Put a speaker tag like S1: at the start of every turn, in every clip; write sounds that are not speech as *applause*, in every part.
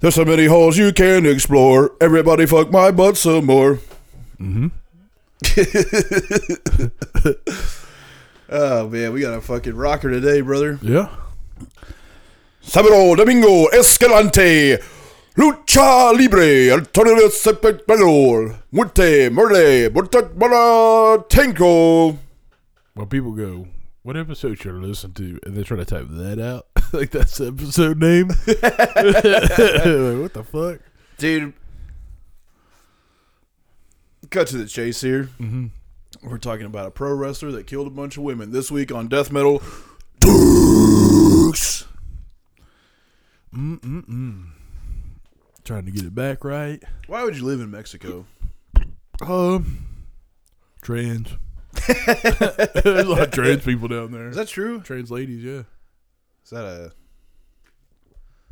S1: There's so many holes you can explore. Everybody fuck my butt some more. *laughs* oh man, we got a fucking rocker today, brother.
S2: Yeah.
S1: Sabro Domingo Escalante Lucha Libre Antonio Sepetbelor Muerte Morde Bortat Balatenko
S2: Well, people go, what episode should I listen to? And they try to type that out. *laughs* like, that's the episode name. *laughs* Like, what the fuck?
S1: Dude Cut to the chase here. Mm-hmm. We're talking about a pro wrestler that killed a bunch of women this week on Death Metal. Dukes.
S2: Trying to get it back right.
S1: Why would you live in Mexico?
S2: Um, trans. *laughs* There's a lot of trans people down there.
S1: Is that true?
S2: trans ladies? Yeah.
S1: Is that a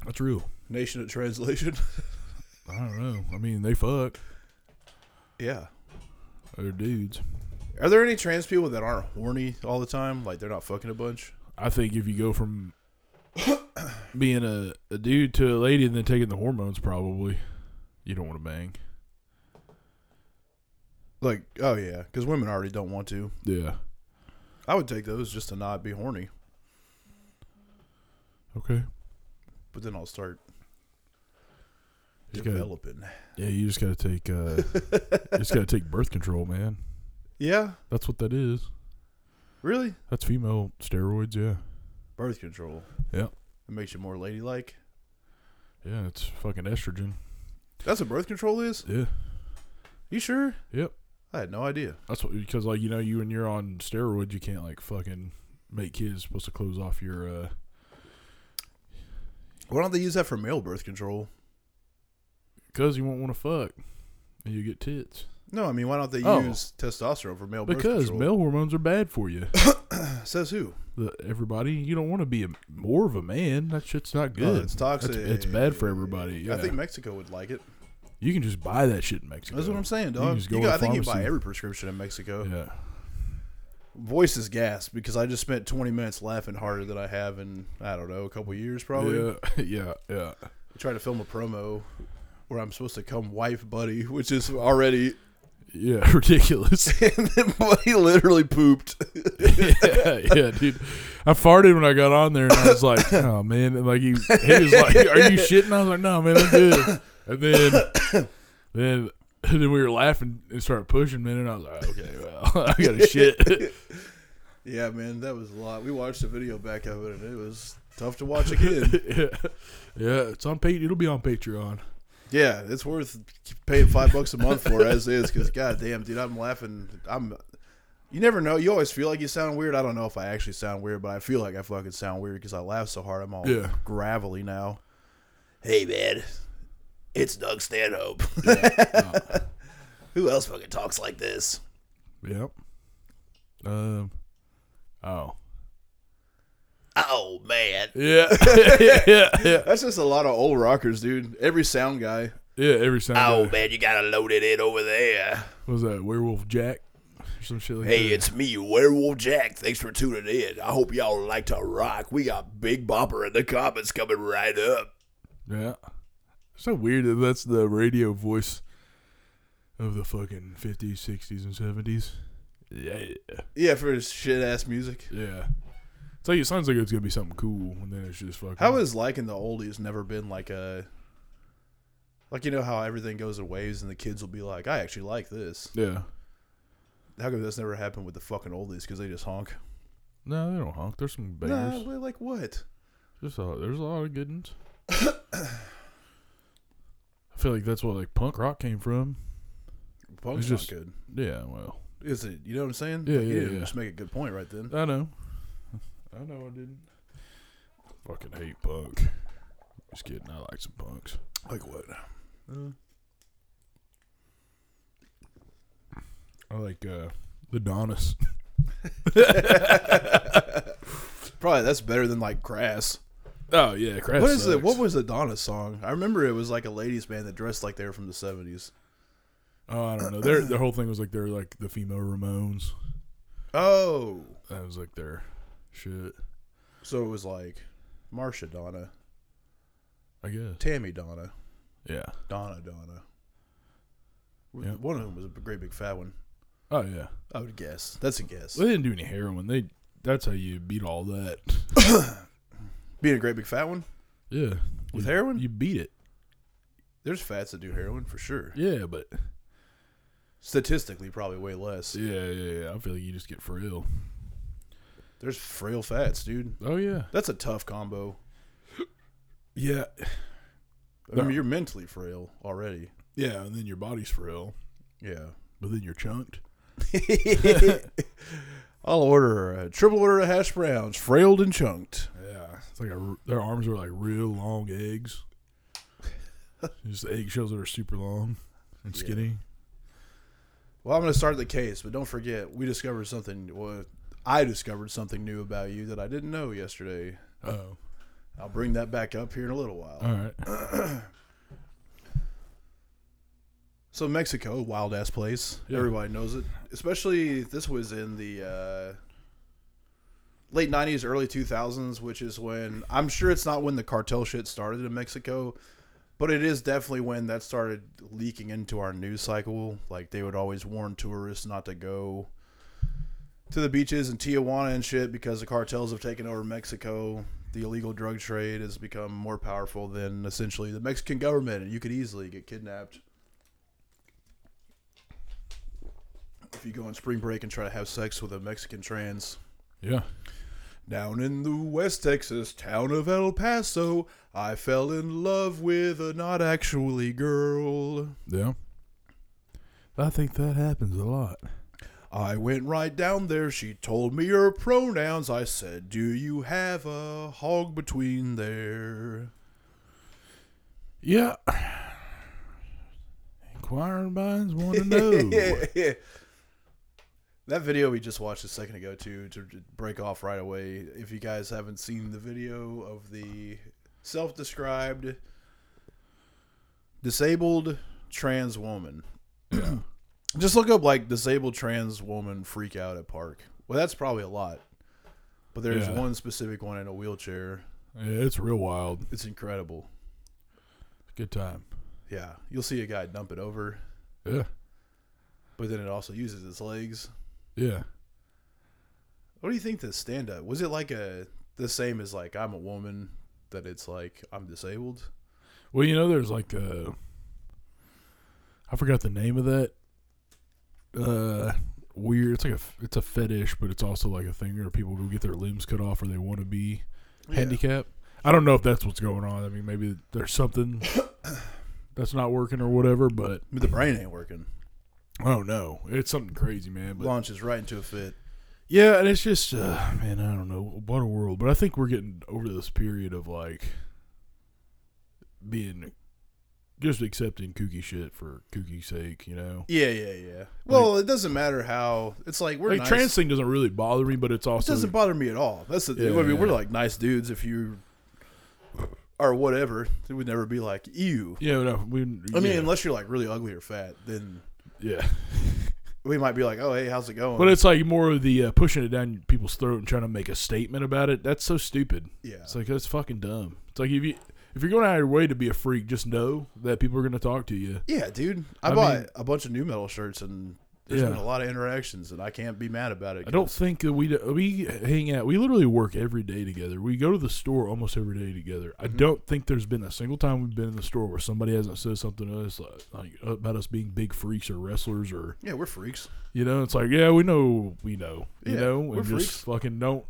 S2: That's real.
S1: nation of translation? *laughs*
S2: I don't know. I mean, they fuck.
S1: yeah.
S2: They're dudes.
S1: Are there any trans people that aren't horny all the time? Like they're not fucking a bunch?
S2: I think if you go from being a, a dude to a lady and then taking the hormones, probably you don't want to bang.
S1: Like, oh yeah, because women already don't want to.
S2: Yeah.
S1: I would take those just to not be horny,
S2: Okay.
S1: but then I'll start
S2: Just gotta-
S1: developing.
S2: Yeah, you just gotta take uh
S1: *laughs*
S2: you just gotta take birth control, man.
S1: Yeah,
S2: That's what that is.
S1: really?
S2: That's female steroids, yeah.
S1: Birth control.
S2: Yeah.
S1: It makes you more ladylike.
S2: Yeah, it's fucking estrogen.
S1: That's what birth control is.
S2: Yeah.
S1: You sure?
S2: Yep.
S1: I had no idea.
S2: That's what because like you know you when you're on steroids you can't like fucking make kids supposed to close off your uh
S1: Why don't they use that for male birth control?
S2: cuz you won't want to fuck and you get tits.
S1: No, I mean, why don't they
S2: Oh.
S1: use testosterone for male birth
S2: Because
S1: control?
S2: male hormones are bad for you.
S1: says who?
S2: The- everybody, you don't want to be a, more of a man. That shit's not good.
S1: Oh, it's toxic.
S2: That's- It's, bad for everybody. Yeah.
S1: I think Mexico would like it.
S2: you can just buy that shit in Mexico.
S1: That's what I'm saying,
S2: You
S1: dog.
S2: can
S1: You
S2: just go
S1: got-
S2: to
S1: I think you buy
S2: pharmacy.
S1: every prescription in Mexico.
S2: Yeah.
S1: Voice is gas because I just spent 20 minutes laughing harder than I have in I don't know a couple years probably.
S2: Yeah, *laughs* yeah, yeah.
S1: Trying to film a promo where I'm supposed to come wife buddy, which is already *laughs*
S2: Yeah, *laughs* ridiculous.
S1: and then buddy literally pooped. *laughs*
S2: yeah, yeah, dude. I farted when I got on there, and I
S1: *laughs*
S2: was like, "Oh man!" And like he, he was like, "Are you shitting?" I was like, "No, man,
S1: *laughs*
S2: I'm good." And then, then, then we were laughing and started pushing, man. And I was like, "Okay, well, *laughs* I got to
S1: *laughs*
S2: shit." *laughs*
S1: yeah, man, that was a lot. We watched a video back of it and it was tough to watch again.
S2: yeah. yeah, it's on. Pa- it'll be on Patreon.
S1: yeah, it's worth paying 5 bucks a month for as is cuz goddamn, dude, I'm laughing. I'm you never know. You always feel like you sound weird. I don't know if I actually sound weird, but I feel like I fucking sound weird because I laugh so hard. I'm all
S2: Yeah.
S1: gravelly now. Hey, man. It's Doug
S2: *laughs*
S1: Stanhope. *laughs* Who else fucking talks like this?
S2: Yep. Um. Oh.
S1: Oh, man.
S2: Yeah. *laughs* yeah. Yeah. Yeah.
S1: That's just a lot of old rockers, dude. Every sound guy.
S2: Yeah. Every Sunday.
S1: Oh, man, you gotta load it in over there.
S2: What was that Werewolf Jack or some shit like that?
S1: it's me, Werewolf Jack. Thanks for tuning in. I hope y'all like to *laughs* rock. We got Big Bopper in the comments coming right up.
S2: Yeah. So weird that that's the radio voice of the fucking 50s, 60s, and 70s. Yeah.
S1: Yeah, for his shit ass music.
S2: Yeah. It's like, it sounds like it's going to be something cool, and then it's just fucking.
S1: How has liking the oldies never been like a like you know how everything goes in waves and the kids will be like, I actually like this.
S2: Yeah.
S1: How come this never happened with the fucking oldies? Because they just honk.
S2: No, they don't honk. There's some
S1: Nah,
S2: bangers.
S1: we're like what?
S2: There's, a, there's a lot of good *coughs* ones. I feel like that's where like punk rock came from.
S1: Punk's
S2: It's
S1: not
S2: just-
S1: good.
S2: Yeah, well,
S1: Is it? You know what I'm saying?
S2: Yeah,
S1: Like, you
S2: yeah, Uh,
S1: didn't
S2: yeah.
S1: Just make a good point right then.
S2: I know. *laughs* I know I didn't. Fucking hate punk. Just kidding. I like some punks.
S1: Like what?
S2: I like uh, the Donis.
S1: *laughs* Probably that's better than like grass.
S2: *laughs* Oh yeah, crap.
S1: what is it? What was Adonis song? I remember it was like a ladies band that dressed like they were from the seventies.
S2: Oh, I don't know. *laughs* Their their whole thing was like they're like the female Ramones.
S1: Oh,
S2: That was like their shit.
S1: so it was like Marsha Donna,
S2: I guess.
S1: Tammy Donna,
S2: Yeah.
S1: Donna Donna.
S2: Yeah.
S1: One of them was a great big fat one.
S2: Oh yeah.
S1: I would guess. That's a guess.
S2: They didn't do any heroin. They that's how you beat all that.
S1: Being a great big fat one
S2: Yeah.
S1: with
S2: You-
S1: heroin,
S2: You beat it.
S1: there's fats that do heroin for sure.
S2: Yeah, but
S1: Statistically, probably way less.
S2: yeah, yeah, yeah. I feel like you just get frail.
S1: There's frail fats, dude.
S2: Oh yeah.
S1: That's a tough combo.
S2: Yeah.
S1: I mean,
S2: No.
S1: you're mentally frail already.
S2: Yeah, and then your body's frail,
S1: Yeah.
S2: but then you're chunked.
S1: I'll order a triple order of hash browns, frailed and chunked.
S2: Yeah, it's like a, their arms are like real long *laughs* eggs. Just eggshells that are super long and
S1: Yeah.
S2: skinny.
S1: Well, I'm going to start the case, but don't forget, we discovered something. Well, I discovered something new about you that I didn't know yesterday.
S2: Oh,
S1: I'll bring that back up here in a little while.
S2: all right.
S1: So Mexico, wild ass place.
S2: Yeah.
S1: Everybody knows it. Especially this was in the uh, late '90s, early 2000s, which is when I'm sure it's not when the cartel shit started in Mexico, but it is definitely when that started leaking into our news cycle. Like they would always warn tourists not to go to the beaches in Tijuana and shit because the cartels have taken over Mexico. The illegal drug trade has become more powerful than essentially the Mexican government, and you could easily get kidnapped. if you go on spring break and try to have sex with a Mexican trans.
S2: Yeah.
S1: Down in the West Texas town of El Paso, I fell in love with a not actually girl.
S2: Yeah. I think that happens a lot.
S1: I went right down there. She told me her pronouns. I said, Do you have a hog between there?
S2: Yeah. Inquiring minds want to *laughs* know.
S1: That video we just watched a second ago too to to break off right away. If you guys haven't seen the video of the self-described disabled trans woman, *clears throat* just look up like disabled trans woman freak out at park. Well, that's probably a lot, but there's
S2: Yeah.
S1: one specific one in a wheelchair.
S2: yeah, it's real wild.
S1: It's incredible.
S2: Good time.
S1: Yeah, you'll see a guy dump it over,
S2: Yeah.
S1: but then it also uses its legs.
S2: Yeah.
S1: What do you think the stand up was? It like a the same as like I'm a woman that it's like I'm disabled.
S2: Well, you know, there's like a. I forgot the name of that. Uh, weird. It's like a f- it's a fetish, but it's also like a thing where people go get their limbs cut off or they want to be handicapped. I don't know if that's what's going on. I mean, maybe there's something that's not working or whatever, but
S1: I mean, the brain ain't working.
S2: I don't know. It's something crazy, man. But
S1: Launches right into a fit.
S2: yeah, and it's just uh, man, I don't know what a world. But I think we're getting over this period of like being just accepting kooky shit for kooky sake, you know.
S1: Yeah, yeah, yeah. Well, it doesn't matter how. It's like we're
S2: like
S1: nice.
S2: trans thing doesn't really bother me, but it's
S1: It
S2: also
S1: doesn't bother me at all. That's the.
S2: Yeah,
S1: I mean, we're
S2: yeah.
S1: like nice dudes if you or whatever. It would never be like ew.
S2: yeah. No, we,
S1: I mean,
S2: yeah,
S1: unless you're like really ugly or fat, then
S2: yeah.
S1: we might be like, oh hey, how's it going?
S2: But it's like more of the uh, pushing it down people's throat and trying to make a statement about it. That's so stupid.
S1: yeah,
S2: It's like that's fucking dumb. It's like if you if you're going out of your way to be a freak, just know that people are going to talk to you.
S1: Yeah, dude. I,
S2: I
S1: bought
S2: mean-
S1: a bunch of new metal shirts and there's
S2: Yeah.
S1: been a lot of interactions and I can't be mad about it.
S2: I don't think that we we hang out. We literally work every day together. We go to the store almost every day together. I
S1: Mm-hmm.
S2: don't think there's been a single time we've been in the store where somebody hasn't said something to us like, like about us being big freaks or wrestlers or
S1: Yeah, we're freaks.
S2: you know. It's like yeah, we know, we know, you
S1: Yeah,
S2: know,
S1: we're
S2: and
S1: freaks.
S2: just fucking don't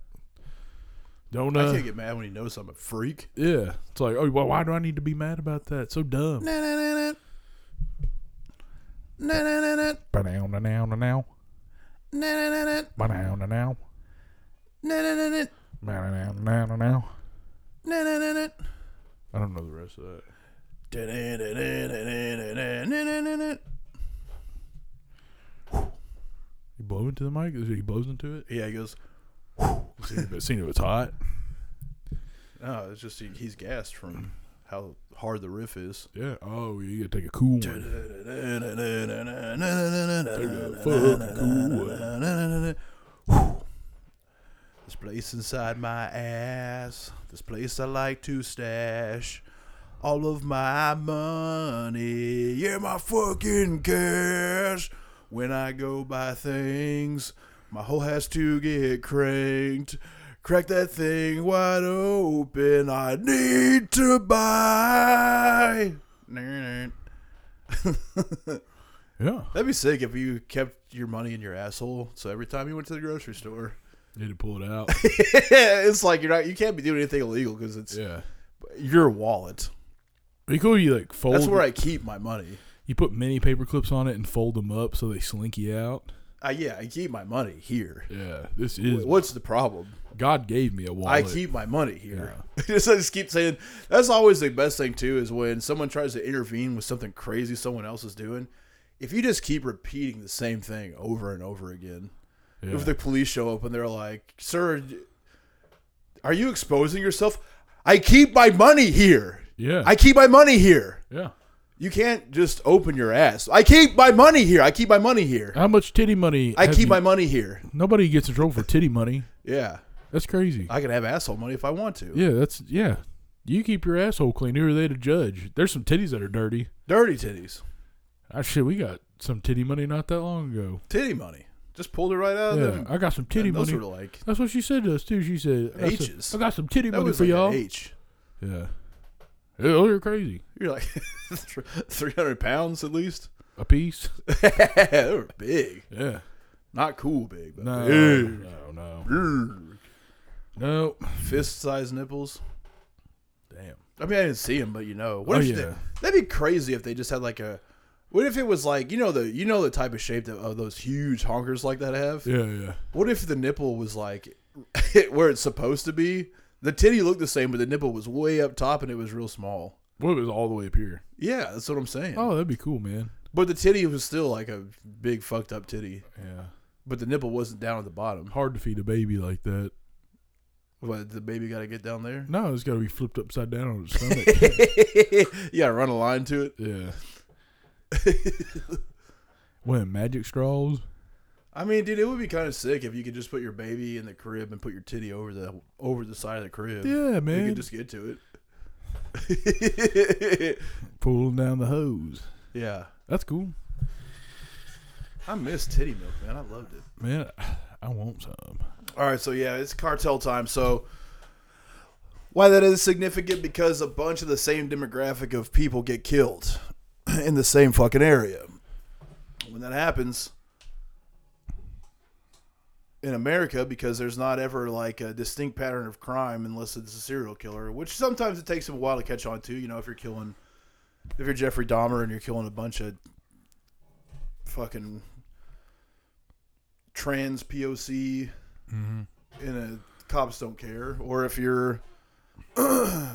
S2: don't
S1: I
S2: uh,
S1: can't get mad when he knows I'm a freak.
S2: yeah. It's like oh, well, why do I need to be mad about that? So dumb.
S1: Na na na na. Na na na na.
S2: Ba-now, na-now, na-now,
S1: Na na na na.
S2: ba-now, na-now,
S1: Na na na na.
S2: ba-now, na-now, na-now.
S1: Na na na na.
S2: I don't know the rest of that.
S1: Da-da-da-da-da-da-da.
S2: blow into the mic? He blows into it.
S1: Yeah, he goes.
S2: Seen if, seen if it's hot.
S1: No, it's just he, he's gassed from how hard the riff is.
S2: Yeah. Oh, you gotta take a cool one.
S1: This place inside my ass. This place I like to stash. All of my money. Yeah, my fucking cash. When I go buy things, my hole has to get cranked. Crack that thing wide open. I need to buy. That'd
S2: Yeah.
S1: be sick if you kept your money in your asshole. So every time you went to the grocery
S2: *laughs*
S1: store,
S2: Need to pull it *laughs* out.
S1: it's like you're not you can't be doing anything illegal because it's
S2: yeah.
S1: your wallet.
S2: Be cool. You like fold.
S1: That's where I keep my money.
S2: you put mini paper clips on it and fold them up so they slinky out.
S1: Uh, yeah, I keep my money here.
S2: Yeah. This is
S1: What's the problem?
S2: God gave me a
S1: I
S2: wallet.
S1: keep my money here. just, *laughs* I just keep saying that's always the best thing too is when someone tries to intervene with something crazy someone else is doing. If you just keep repeating the same thing over and over again,
S2: Yeah.
S1: if the police show up and they're like, "Sir, are you exposing yourself?" I keep my money here.
S2: Yeah.
S1: I keep my money here.
S2: yeah.
S1: You can't just open your ass. I keep my money here. I keep my money here.
S2: How much titty money?
S1: I
S2: have
S1: keep
S2: you-
S1: my money here.
S2: Nobody gets in trouble for titty money.
S1: Yeah.
S2: That's crazy.
S1: I can have asshole money if I want to.
S2: yeah. That's yeah. You keep your asshole clean. Who are they to judge? There's some titties that are dirty.
S1: Dirty titties.
S2: Ah, shit, we got some titty money not that long ago.
S1: Titty money. Just pulled it right out of
S2: yeah,
S1: them.
S2: I got some titty
S1: And those
S2: money.
S1: were like
S2: That's what she said to us too. She said, I got, some,
S1: H's.
S2: I got some titty
S1: that
S2: money
S1: was
S2: for
S1: like an
S2: y'all.
S1: H.
S2: Yeah. Yeah, those are crazy.
S1: You're like *laughs* three hundred pounds at least. *laughs*
S2: A *laughs* piece.
S1: they were big.
S2: Yeah.
S1: Not cool big, but
S2: No.
S1: big.
S2: No. No.
S1: Brrr.
S2: No.
S1: fist sized nipples.
S2: Damn.
S1: I mean, I didn't see him, but you know, what
S2: Oh,
S1: if
S2: yeah.
S1: they, that'd be crazy if they just had like a. What if it was like you know the you know the type of shape that oh, those huge honkers like that have?
S2: Yeah. Yeah.
S1: What if the nipple was like *laughs* where it's supposed to be? The titty looked the same, but the nipple was way up top and it was real small.
S2: What if it was all the way up here?
S1: Yeah, that's what I'm saying.
S2: Oh, that'd be cool, man.
S1: But the titty was still like a big fucked up titty,
S2: Yeah.
S1: but the nipple wasn't down at the bottom.
S2: Hard to feed a baby like that.
S1: But the baby got to get down there. *laughs*
S2: No, it's got to be flipped upside down on its stomach. *laughs*
S1: you got to run a line to it.
S2: yeah. *laughs* When magic straws.
S1: I mean, dude, it would be kind of sick if you could just put your baby in the crib and put your titty over the over the side of the crib.
S2: Yeah,
S1: You
S2: man.
S1: could just get to it.
S2: pulling down the hose.
S1: *laughs* yeah.
S2: That's cool,
S1: I miss titty milk, man. I loved it.
S2: man. I want some.
S1: All right, so yeah, it's cartel time. So why that is significant because a bunch of the same demographic of people get killed *clears throat* in the same fucking area. When that happens in America, because there's not ever like a distinct pattern of crime unless it's a serial killer, which sometimes it takes them a while to catch on to. You know, if you're killing, if you're Jeffrey Dahmer and you're killing a bunch of fucking trans POC
S2: Mm-hmm.
S1: in a uh, cops don't care, or if you're *clears throat* the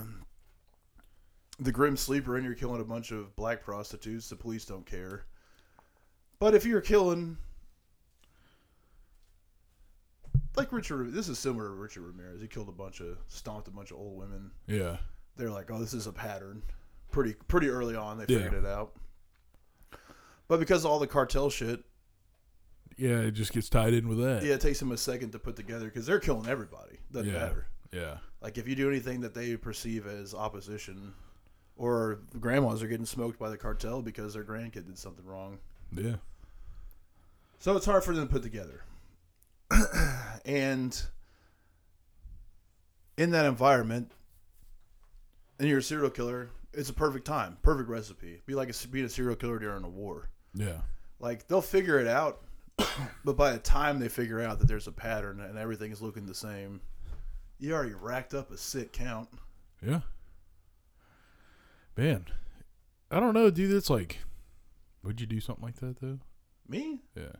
S1: grim sleeper and you're killing a bunch of black prostitutes, the police don't care. But if you're killing like Richard, this is similar to Richard Ramirez. He killed a bunch of, stomped a bunch of old women.
S2: Yeah.
S1: They're like, oh, this is a pattern. Pretty pretty early on, they figured
S2: Yeah.
S1: it out. But because of all the cartel shit,
S2: Yeah, it just gets tied in with that.
S1: yeah, it takes them a second to put together because they're killing everybody. Doesn't
S2: Yeah.
S1: matter.
S2: Yeah.
S1: Like if you do anything that they perceive as opposition, or grandmas are getting smoked by the cartel because their grandkid did something wrong,
S2: Yeah.
S1: so it's hard for them to put together. *clears throat* and in that environment, and you're a serial killer, it's a perfect time, perfect recipe. Be like a, being a serial killer during a war.
S2: Yeah.
S1: Like they'll figure it out, *coughs* but by the time they figure out that there's a pattern and everything is looking the same, you already racked up a sick count.
S2: Yeah. Man, I don't know, dude. It's like, would you do something like that though?
S1: Me?
S2: Yeah.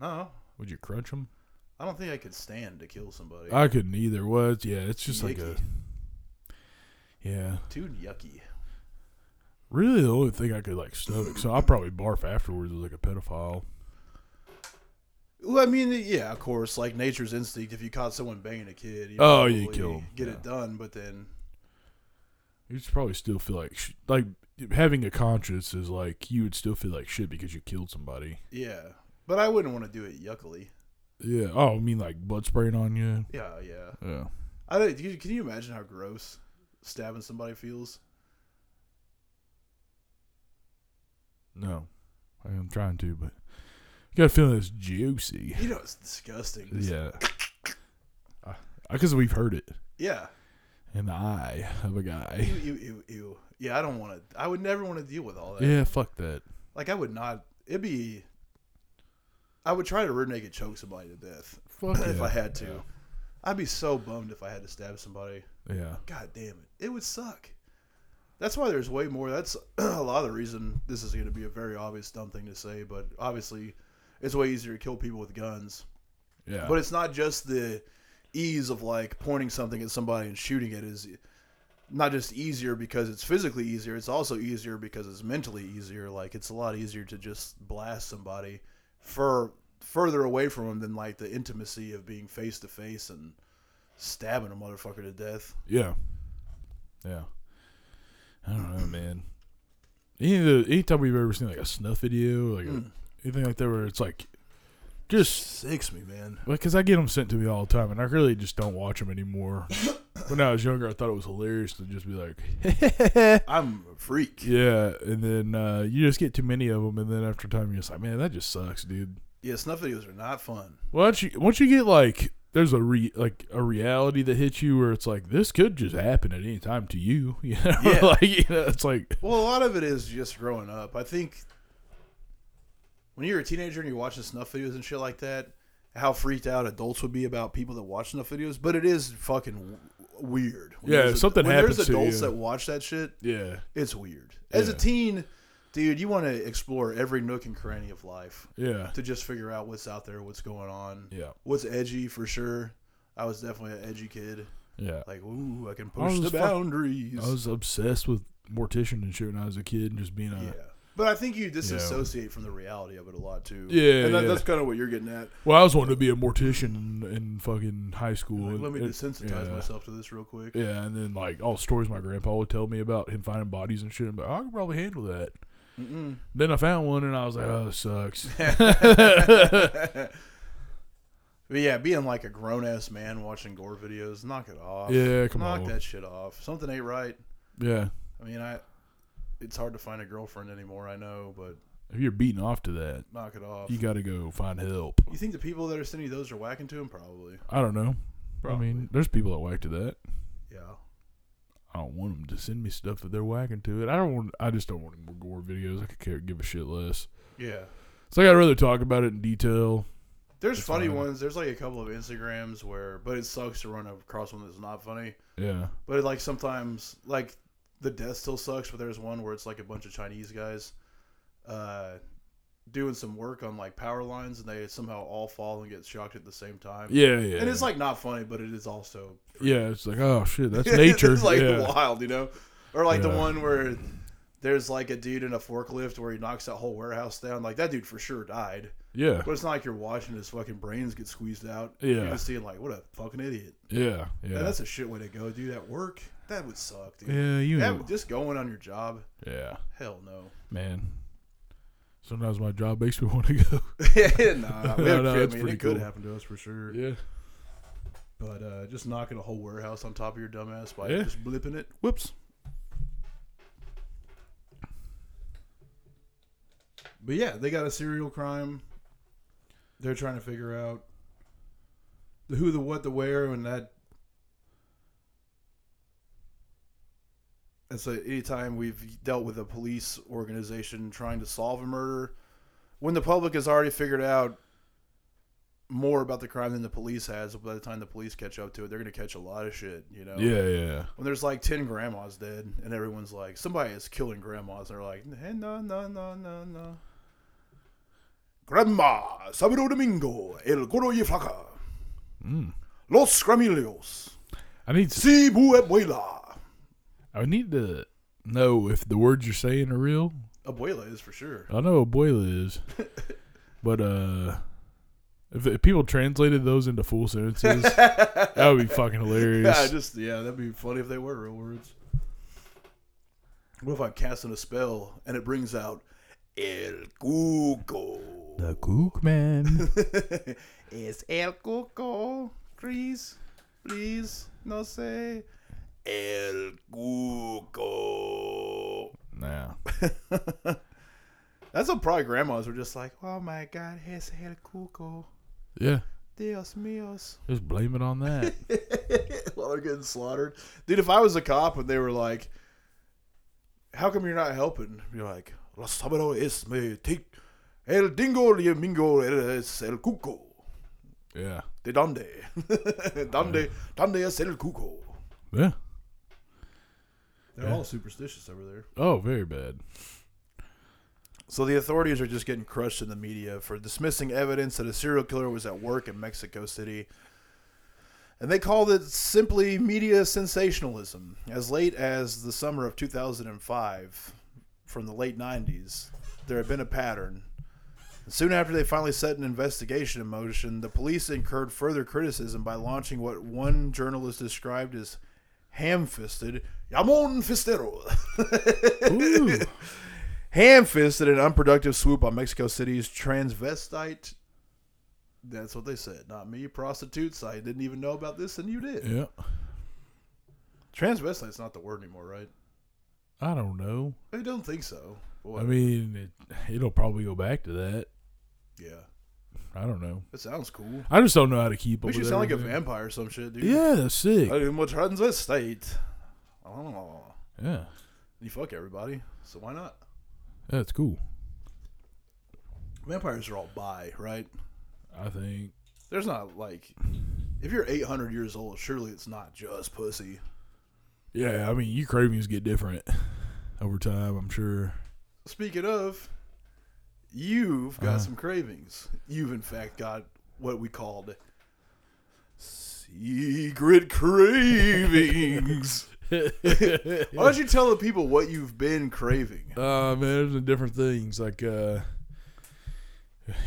S1: No,
S2: Would you crunch them?
S1: I don't think I could stand to kill somebody.
S2: I couldn't either. Was yeah. It's just like a
S1: Yucky.
S2: yeah.
S1: Too yucky.
S2: Really, the only thing I could like stomach, so I'll probably barf afterwards, is like a pedophile.
S1: Well, I mean, yeah, of course. Like nature's instinct, if you caught someone banging a kid, you
S2: Oh, you
S1: probably
S2: kill 'em,
S1: get
S2: yeah.
S1: it done. But then,
S2: You should probably still feel like sh- like having a conscience is like you would still feel like shit because you killed somebody.
S1: yeah, but I wouldn't want to do it yuckily.
S2: Yeah. Oh, I mean like blood spraying on you.
S1: Yeah, yeah.
S2: Yeah.
S1: I don't, can you- can you imagine how gross stabbing somebody feels?
S2: No, I'm trying to, but I got a feeling it's juicy.
S1: You know, it's disgusting.
S2: Yeah. Because we've heard it
S1: Yeah.
S2: in the eye of a guy.
S1: Ew, ew, ew, ew. Yeah, I don't want to. I would never want to deal with all that.
S2: Yeah, fuck that.
S1: Like, I would not. It'd be. I would try to rear naked choke somebody to death *clears throat*
S2: Fuck
S1: if
S2: yeah.
S1: I had to. I'd be so bummed if I had to stab somebody.
S2: Yeah.
S1: God damn it. It would suck. That's why there's way more. That's *clears throat* a lot of the reason this is going to be a very obvious dumb thing to say, but obviously it's way easier to kill people with guns.
S2: Yeah.
S1: But it's not just the ease of like pointing something at somebody and shooting it is not just easier because it's physically easier, it's also easier because it's mentally easier. Like it's a lot easier to just blast somebody for further away from them than like the intimacy of being face to face and stabbing a motherfucker to death.
S2: yeah. Yeah. I don't know, man. Any of the anytime we've ever seen like a snuff video, like a-
S1: Mm.
S2: anything like that, where it's like just
S1: Sicks me, man.
S2: because I get them sent to me all the time, and I really just don't watch
S1: *coughs*
S2: them anymore. when I was younger, I thought it was hilarious to just be
S1: *laughs*
S2: like,
S1: I'm a freak. Yeah,
S2: Yeah, and then uh, you just get too many of them, and then after time, you're just like, man, that just sucks, dude.
S1: snuff videos are not fun.
S2: Once you once you get like, there's a re like a reality that hits you where it's like, this could just happen at any time to you. *laughs* You know,
S1: Yeah.
S2: like you know, it's like,
S1: Well, a lot of it is just growing up. I think when you're a teenager and you're watching snuff videos and shit like that, how freaked out adults would be about people that watch snuff videos, but it is fucking w- weird. When
S2: Yeah,
S1: there's
S2: if something
S1: when
S2: happens
S1: There's
S2: to
S1: adults
S2: you.
S1: that watch that shit.
S2: yeah,
S1: It's weird. As
S2: Yeah.
S1: a teen, dude, you want to explore every nook and cranny of life
S2: yeah,
S1: to just figure out what's out there, what's going on,
S2: yeah,
S1: what's edgy for sure. I was definitely an edgy kid.
S2: yeah.
S1: Like, ooh, I can
S2: I
S1: push
S2: was
S1: the
S2: fuck-
S1: boundaries.
S2: I was obsessed with mortician and shit when I was a kid, and just being a
S1: yeah. But I think you disassociate from the reality of it a lot too.
S2: Yeah,
S1: and that,
S2: yeah.
S1: that's kind of what you're getting at.
S2: well, I was wanting to be a mortician in, in fucking high school.
S1: Like, let me
S2: and-
S1: desensitize
S2: yeah.
S1: myself to this real quick.
S2: Yeah, and then like all the stories my grandpa would tell me about him finding bodies and shit. I'm like, "Oh, I can probably handle that. *laughs*
S1: Mm-mm. *laughs*
S2: Then I found one and I was like, oh, this sucks.
S1: But yeah, being like a grown ass man watching gore videos, knock it off.
S2: Yeah, come
S1: knock
S2: on.
S1: Oh, that shit off. Something ain't right.
S2: yeah.
S1: I mean, I. It's hard to find a girlfriend anymore. I know, but
S2: If you're beating off to that,
S1: knock it off.
S2: you
S1: You,
S2: got to go find help.
S1: think the people that are sending you those are whacking to him? Probably.
S2: I don't know. I
S1: Probably.
S2: mean, there's people that whack to that.
S1: Yeah.
S2: I don't want them to send me stuff that they're whacking to it. I don't want. I just don't want any more gore videos. I could care, give a shit less.
S1: Yeah.
S2: So like, I'd rather talk about it in detail.
S1: There's
S2: That's
S1: funny
S2: fine.
S1: ones. There's like a couple of Instagrams where, but it sucks to run across one that's not funny.
S2: Yeah.
S1: But like sometimes, like the death still sucks. But there's one where it's like a bunch of Chinese guys, uh, doing some work on like power lines, and they somehow all fall and get shocked at the same time.
S2: Yeah. Yeah.
S1: And it's like not funny, but it is also *laughs*
S2: yeah. It's like, oh shit, that's nature.
S1: it's like
S2: yeah.
S1: wild, you know. Or like
S2: Yeah.
S1: the one where there's like a dude in a forklift where he knocks that whole warehouse down. Like that dude for sure died,
S2: yeah.
S1: but it's not like you're watching his fucking brains get squeezed out.
S2: Yeah.
S1: you're just seeing like what a fucking idiot.
S2: Yeah.
S1: Man,
S2: Yeah.
S1: that's a shit way to go, dude. At work, that would suck, dude.
S2: Yeah. You.
S1: Yeah,
S2: know.
S1: just going on your job.
S2: Yeah.
S1: Hell
S2: *laughs*
S1: no. *laughs*
S2: Man. Sometimes my job makes me *laughs* want to go.
S1: nah, we have-
S2: No, no,
S1: I
S2: that's
S1: mean,
S2: pretty
S1: it could
S2: cool.
S1: happen to us for sure.
S2: Yeah.
S1: But uh, just knocking a whole warehouse on top of your dumbass by
S2: Yeah.
S1: just blipping it.
S2: Whoops.
S1: But yeah, they got a serial crime. They're trying to figure out the who, the what, the where, and that. And so, anytime we've dealt with a police organization trying to solve a murder, when the public has already figured out more about the crime than the police has, by the time the police catch up to it, they're going to catch a lot of shit, you know?
S2: Yeah, yeah.
S1: when there's like 10 grandmas dead and everyone's like somebody is killing grandmas and they're like "Eh, no no no no no grandma sabro domingo el coro y flaca
S2: Mm.
S1: los gramilios
S2: I need to,
S1: si bu abuela
S2: I need to know if the words you're saying are real.
S1: abuela is for sure *laughs*
S2: I know abuela is, but uh, If, if people translated those into full sentences, that would be fucking hilarious.
S1: Yeah, just yeah, that'd be funny if they were real words. What if I'm casting a spell and it brings out El Cuco?
S2: the
S1: *laughs*
S2: Kook Man.
S1: Is El Cuco, please, please, no say El Cuco.
S2: nah.
S1: That's what probably grandmas were just like. Oh my God, es El Cuco,
S2: Yeah.
S1: Dios míos.
S2: Just blame it on that.
S1: *laughs* while they're getting slaughtered. Dude, if I was a cop and they were like, "How come you're not helping?" You're like, "Los sábado es me take el dingo el mingo es el cuco
S2: yeah.
S1: de donde *laughs* donde donde es el cuco."
S2: Yeah.
S1: They're all superstitious over there.
S2: Oh, very
S1: *laughs*
S2: bad.
S1: So the authorities are just getting crushed in the media for dismissing evidence that a serial killer was at work in Mexico City. And they called it simply media sensationalism. As late as the summer of 2005, from the late 90s, there had been a pattern. And soon after they finally set an investigation in motion, the police incurred further criticism by launching what one journalist described as ham fisted, Yamon Fistero. *laughs*
S2: Ooh.
S1: ham fisted an unproductive swoop on Mexico City's transvestite. That's what they said, not me. Prostitutes. I didn't even know about this, and you did.
S2: yeah.
S1: Transvestite's not the word anymore, right?
S2: I don't know.
S1: I don't think so. Boy,
S2: I mean, it, it'll probably go back to that.
S1: yeah,
S2: I don't know.
S1: that sounds cool.
S2: I just don't know how to keep up
S1: We
S2: with
S1: should sound like a
S2: everything.
S1: vampire or some shit, dude.
S2: Yeah, that's sick.
S1: I'm a transvestite. Oh,
S2: Yeah.
S1: you fuck everybody, so why not?
S2: That's cool.
S1: Vampires are all bi, right?
S2: I think.
S1: There's not like, if you're 800 years old, surely it's not just pussy.
S2: Yeah, I mean, your cravings get different over time, I'm sure.
S1: Speaking of, you've
S2: Uh-huh.
S1: got some cravings. You've in fact got what we called secret
S2: *laughs*
S1: cravings. Why don't you tell the people what you've been craving?
S2: Uh, man, there's been different things. Like, uh,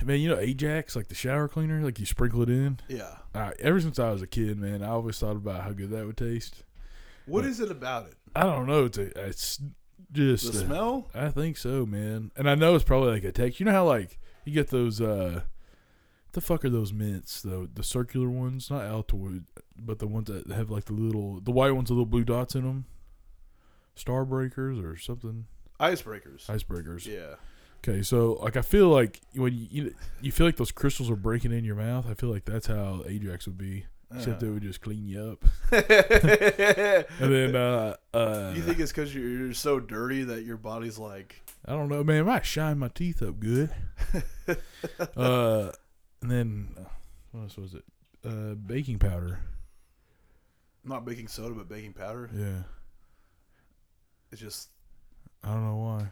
S2: man, you know Ajax, like the shower cleaner, like you sprinkle it in.
S1: Yeah.
S2: Uh, ever since I was a kid, man, I always thought about how good that would taste.
S1: What is it about it?
S2: I don't know. It's, a, it's just.
S1: The
S2: a-
S1: smell?
S2: I think so, man. And I know it's probably like a text. You know how, like, you get those, uh, what the fuck are those mints? The, the circular ones? Not Altoid, but the ones that have, like, the little, the white ones with little blue dots in them. Starbreakers or something.
S1: Icebreakers.
S2: Icebreakers.
S1: Yeah.
S2: Okay, so like I feel like when you, you you feel like those crystals are breaking in your mouth, I feel like that's how Ajax would be, except
S1: Uh. *laughs*
S2: it would just clean you up. And then uh, uh
S1: you think it's because you're, you're so dirty that your body's like,
S2: I don't know, man, I might shine my teeth
S1: *laughs*
S2: up good. uh, and then uh, what else was it? Uh, baking powder.
S1: not baking soda, but baking powder?
S2: Yeah,
S1: It's just,
S2: I don't know why.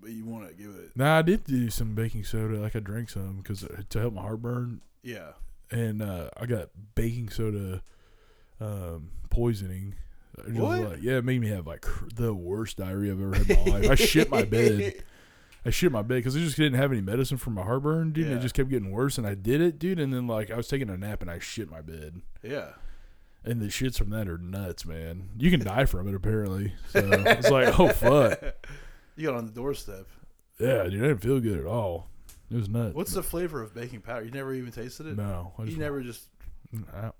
S1: but you want to give it,
S2: Now I did do some baking soda, like I drank some because to help my heartburn,
S1: yeah.
S2: and uh, I got baking soda um, poisoning. It was
S1: What?
S2: Like, yeah, it made me have like cr- the worst diarrhea I've ever had in my life. I shit my bed.
S1: *laughs*
S2: I shit my bed because I just didn't have any medicine for my heartburn, dude. And
S1: Yeah.
S2: it just kept getting worse, and I did it, dude. And then like I was taking a nap and I shit my bed.
S1: Yeah.
S2: And the shits from that are nuts, man. You can die from it apparently. So it's like,
S1: *laughs*
S2: oh fuck,
S1: You got on the doorstep.
S2: yeah, dude. I didn't feel good at all. It was nuts.
S1: What's the flavor of baking powder? You never even tasted it.
S2: no? I
S1: you
S2: just, mm,
S1: never just
S2: I-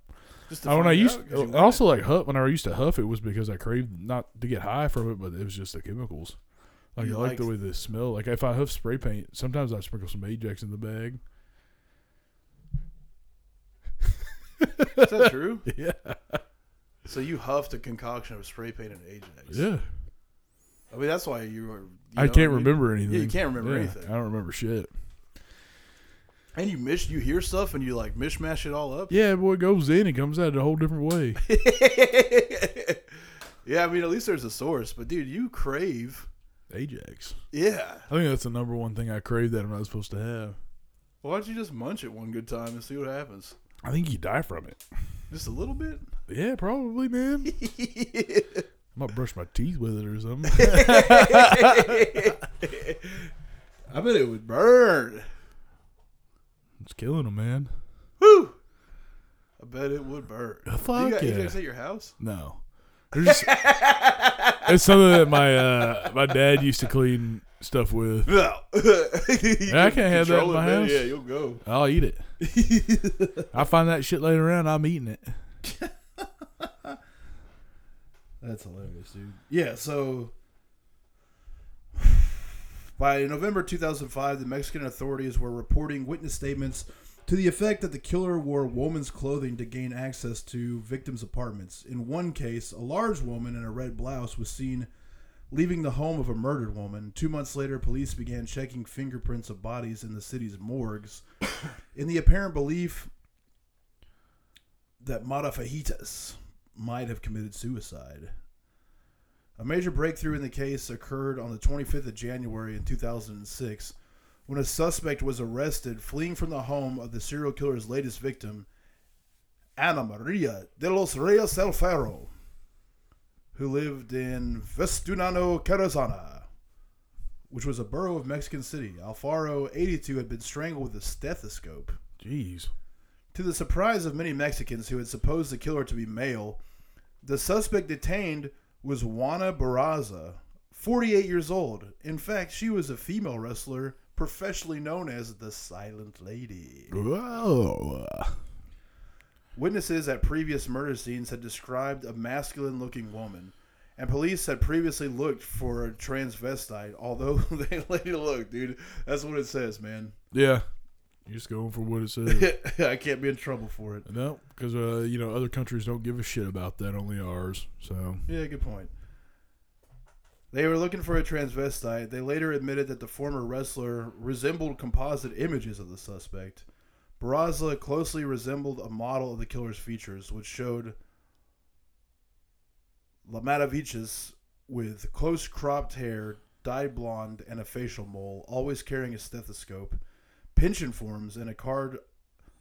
S1: just.
S2: I, when I
S1: find
S2: used
S1: out 'cause you want
S2: I also like huff when I used to huff, it was because I craved not to get high from it, but it was just the chemicals. Like
S1: You
S2: I like the
S1: liked-
S2: way the smell. Like if I huff spray paint, sometimes I sprinkle some Ajax in the *laughs* bag.
S1: it. Is that
S2: *laughs*
S1: true?
S2: Yeah,
S1: So you huffed a concoction of spray paint and Ajax.
S2: yeah.
S1: I mean that's why you were. You
S2: I
S1: know,
S2: can't
S1: you-
S2: remember anything.
S1: can't remember anything.
S2: I don't remember shit.
S1: And you miss. You hear stuff and you like mishmash it all up.
S2: Yeah, boy, it goes in, it comes out a whole different *laughs* way.
S1: *laughs* yeah, I mean at least there's a source. But dude, you crave.
S2: Ajax.
S1: Yeah.
S2: I think that's the number one thing I crave that I'm not supposed to have.
S1: Why don't you just munch it one good time and see what happens?
S2: I think you die from it.
S1: Just a little bit.
S2: Yeah, probably, *laughs* man. I might brush my teeth with it or something. *laughs*
S1: I bet it would burn.
S2: It's killing them, man.
S1: Woo! I bet it would burn.
S2: Fuck
S1: you got, You
S2: yeah.
S1: guys at your house?
S2: No, There's just, it's something that my uh, my dad used to clean
S1: *laughs*
S2: stuff with.
S1: No.
S2: I can't have that in my house.
S1: Yeah, you'll go.
S2: I'll eat it. I find that shit later around. I'm eating it.
S1: That's hilarious, dude. Yeah, so by November 2005, the Mexican authorities were reporting witness statements to the effect that the killer wore woman's clothing to gain access to victims' apartments. In one case, a large woman in a red blouse was seen leaving the home of a murdered woman. Two months later, police began checking fingerprints of bodies in the city's morgues in the apparent belief that Mata Fajitas might have committed suicide. A major breakthrough in the case occurred on the 25th of January in 2006 when a suspect was arrested fleeing from the home of the serial killer's latest victim, Ana Maria de los Reyes El Faro, who lived in Vestunano, Carazana, which was a borough of Mexican City. Alfaro, 82, had been strangled with a stethoscope.
S2: Jeez.
S1: To the surprise of many Mexicans who had supposed the killer to be male, the suspect detained was Juana Barraza, 48 years old. In fact, she was a female wrestler professionally known as the Silent Lady.
S2: Whoa.
S1: Witnesses at previous murder scenes had described a masculine looking woman, and police had previously looked for a transvestite, although *laughs* they later looked, dude. That's what it says, man.
S2: Yeah. You're just going for what it says.
S1: *laughs* I can't be in trouble for it.
S2: No, because uh, you know other countries don't give a shit about that. Only ours. So
S1: Yeah, good point. They were looking for a transvestite. They later admitted that the former wrestler resembled composite images of the suspect. Barraza closely resembled a model of the killer's features, which showed Lamatavich's with close cropped hair, dyed blonde, and a facial mole, always carrying a stethoscope, pension forms, and a card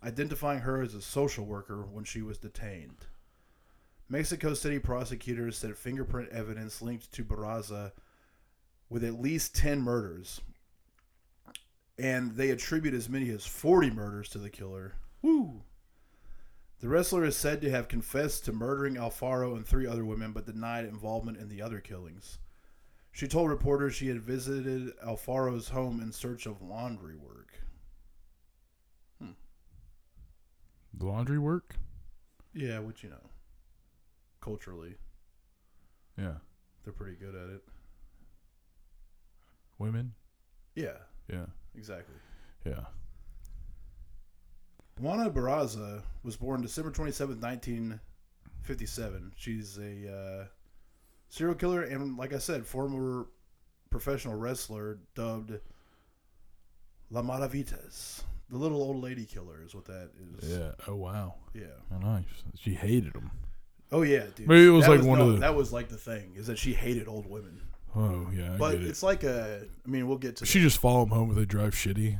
S1: identifying her as a social worker when she was detained. Mexico City prosecutors said fingerprint evidence linked to Barraza with at least 10 murders. And they attribute as many as 40 murders to the killer. Woo! The wrestler is said to have confessed to murdering Alfaro and three other women, but denied involvement in the other killings. She told reporters she had visited Alfaro's home in search of laundry work.
S2: the laundry work.
S1: Yeah, which, you know, culturally,
S2: Yeah,
S1: they're pretty good at it.
S2: women.
S1: Yeah,
S2: Yeah,
S1: exactly.
S2: yeah.
S1: Juana Barraza was born December 27, 1957. She's a uh, serial killer and, like I said, former professional wrestler dubbed La Maravitas. The little old lady killer is what that is.
S2: Yeah. Oh wow.
S1: Yeah.
S2: Oh, nice. She hated him.
S1: Oh, yeah, dude.
S2: Maybe it was like one of the-
S1: That was like the thing, is that she hated old women.
S2: Oh yeah. I
S1: But
S2: get it.
S1: it's like a. I mean, we'll get to
S2: She just follow him home with a drive shitty.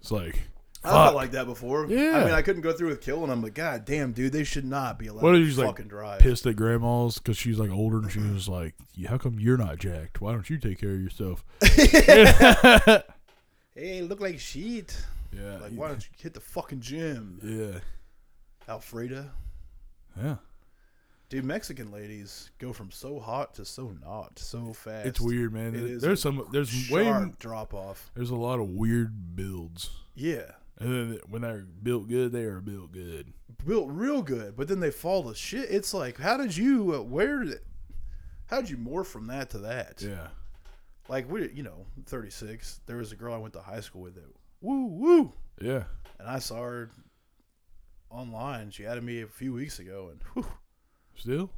S2: It's like,
S1: I felt
S2: fuck.
S1: like that before.
S2: Yeah.
S1: I mean, I couldn't go through with killing them, but god damn, dude, they should not be allowed
S2: what
S1: to
S2: if she's
S1: fucking
S2: like
S1: drive.
S2: pissed at grandma's because she's like older and she was like, "Yeah, "How come you're not jacked? Why don't you take care of yourself?"
S1: Hey, look like shit.
S2: Yeah.
S1: Like, why don't you hit the fucking gym,
S2: yeah.
S1: Alfreda?
S2: Yeah.
S1: Dude, Mexican ladies go from so hot to so not so fast.
S2: It's weird, man.
S1: It is
S2: there's
S1: a
S2: some. There's way.
S1: Sharp drop off.
S2: There's a lot of weird builds.
S1: Yeah,
S2: And then when they're built good, they are built good.
S1: built real good, but then they fall to shit. It's like, how did you? Uh, where? Did, how did you morph from that to that?
S2: Yeah.
S1: Like we, you know, thirty six. There was a girl I went to high school with that. Woo woo.
S2: Yeah.
S1: And I saw her online. She added me a few weeks ago, and whew,
S2: Still?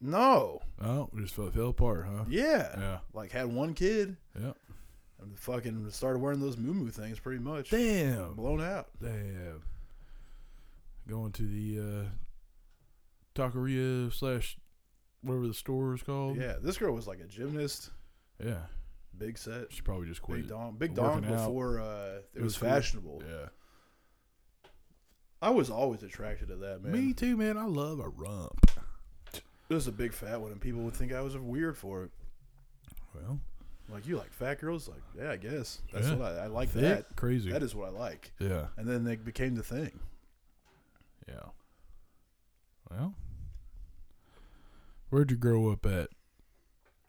S1: no,
S2: Oh, we just fell, fell apart, huh?
S1: yeah,
S2: Yeah.
S1: like had one kid.
S2: Yeah.
S1: and fucking started wearing those moo moo things pretty much.
S2: Damn.
S1: Blown out.
S2: Damn. Going to the uh taqueria slash whatever the store is called.
S1: Yeah, this girl was like a gymnast,
S2: Yeah.
S1: big set,
S2: She probably just quit.
S1: big
S2: it.
S1: dong, big dong
S2: working out.
S1: before uh, it, was,
S2: cool.
S1: fashionable.
S2: Yeah.
S1: I was always attracted to that man.
S2: Me too, man. I love a rump.
S1: It was a big fat one, and people would think I was weird for it.
S2: Well,
S1: Like you like fat girls? Like yeah, I guess that's
S2: Yeah.
S1: what I, I like.
S2: Thick,
S1: that
S2: crazy.
S1: That is what I like.
S2: Yeah.
S1: And then they became the thing.
S2: Yeah. Well, where'd you grow up at?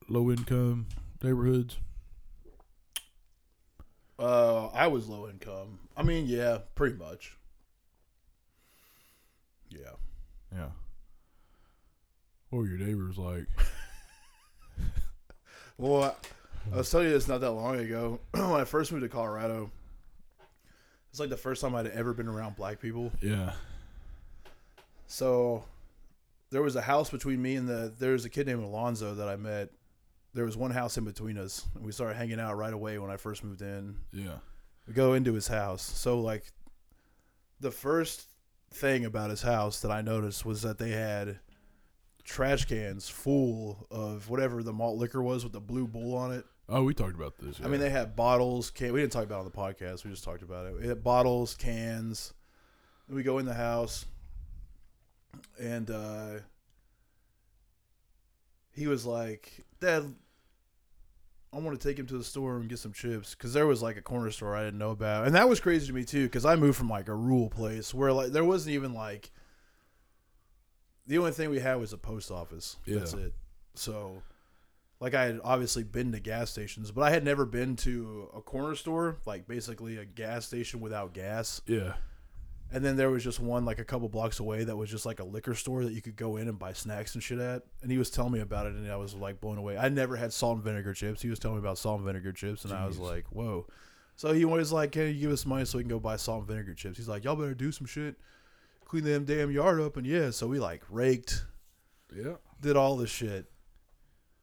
S2: Low income neighborhoods?
S1: Uh, I was low income. I mean, yeah, pretty much. Yeah.
S2: Yeah. What were your neighbors like?
S1: Well, I, I was telling you this not that long ago *clears throat* when I first moved to Colorado. It's like the first time I'd ever been around black people.
S2: Yeah.
S1: So there was a house between me and the there was a kid named Alonzo that I met. There was one house in between us, and we started hanging out right away when I first moved in.
S2: Yeah.
S1: We go into his house. So like the first thing about his house that I noticed was that they had trash cans full of whatever the malt liquor was with the blue bull on it.
S2: Oh, we talked about this.
S1: I mean, they had bottles. Can we didn't talk about it on the podcast. We just talked about it. We had bottles, cans. Then we go in the house, and uh, he was like, "Dad, I want to take him to the store and get some chips because there was like a corner store I didn't know about, and that was crazy to me too because I moved from like a rural place where like there wasn't even like the only thing we had was a post office. That's
S2: Yeah.
S1: it. So." like I had obviously been to gas stations, but I had never been to a corner store, like basically a gas station without gas.
S2: yeah.
S1: And then there was just one like a couple blocks away that was just like a liquor store that you could go in and buy snacks and shit at. And he was telling me about it, and I was like blown away. I never had salt and vinegar chips. He was telling me about salt and vinegar chips, and I was
S2: Jeez.
S1: like, whoa. So he was like, can you give us money so we can go buy salt and vinegar chips? He's like, y'all better do some shit, clean them damn yard up, and yeah. So we like raked,
S2: Yeah.
S1: did all this shit.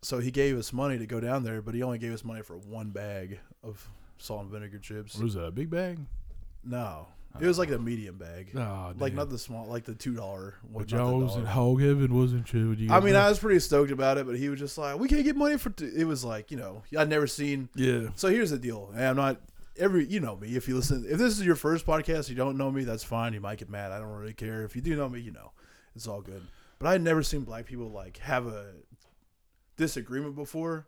S1: So he gave us money to go down there, but he only gave us money for one bag of salt and vinegar chips.
S2: What was that? A big bag?
S1: No, it was like a medium bag,
S2: *laughs* Oh,
S1: like
S2: damn.
S1: not the small, like the two dollar.
S2: But y'all was in hog heaven, wasn't you? Would you
S1: I mean,
S2: guys-
S1: I was pretty stoked about it, but he was just like, "We can't get money for." T-. It was like you know, I'd never seen.
S2: Yeah.
S1: So here's the deal, and I'm not every you know me. If you listen, if this is your first podcast, you don't know me, that's fine. You might get mad. I don't really care. If you do know me, you know, it's all good. But I had never seen black people like have a disagreement before,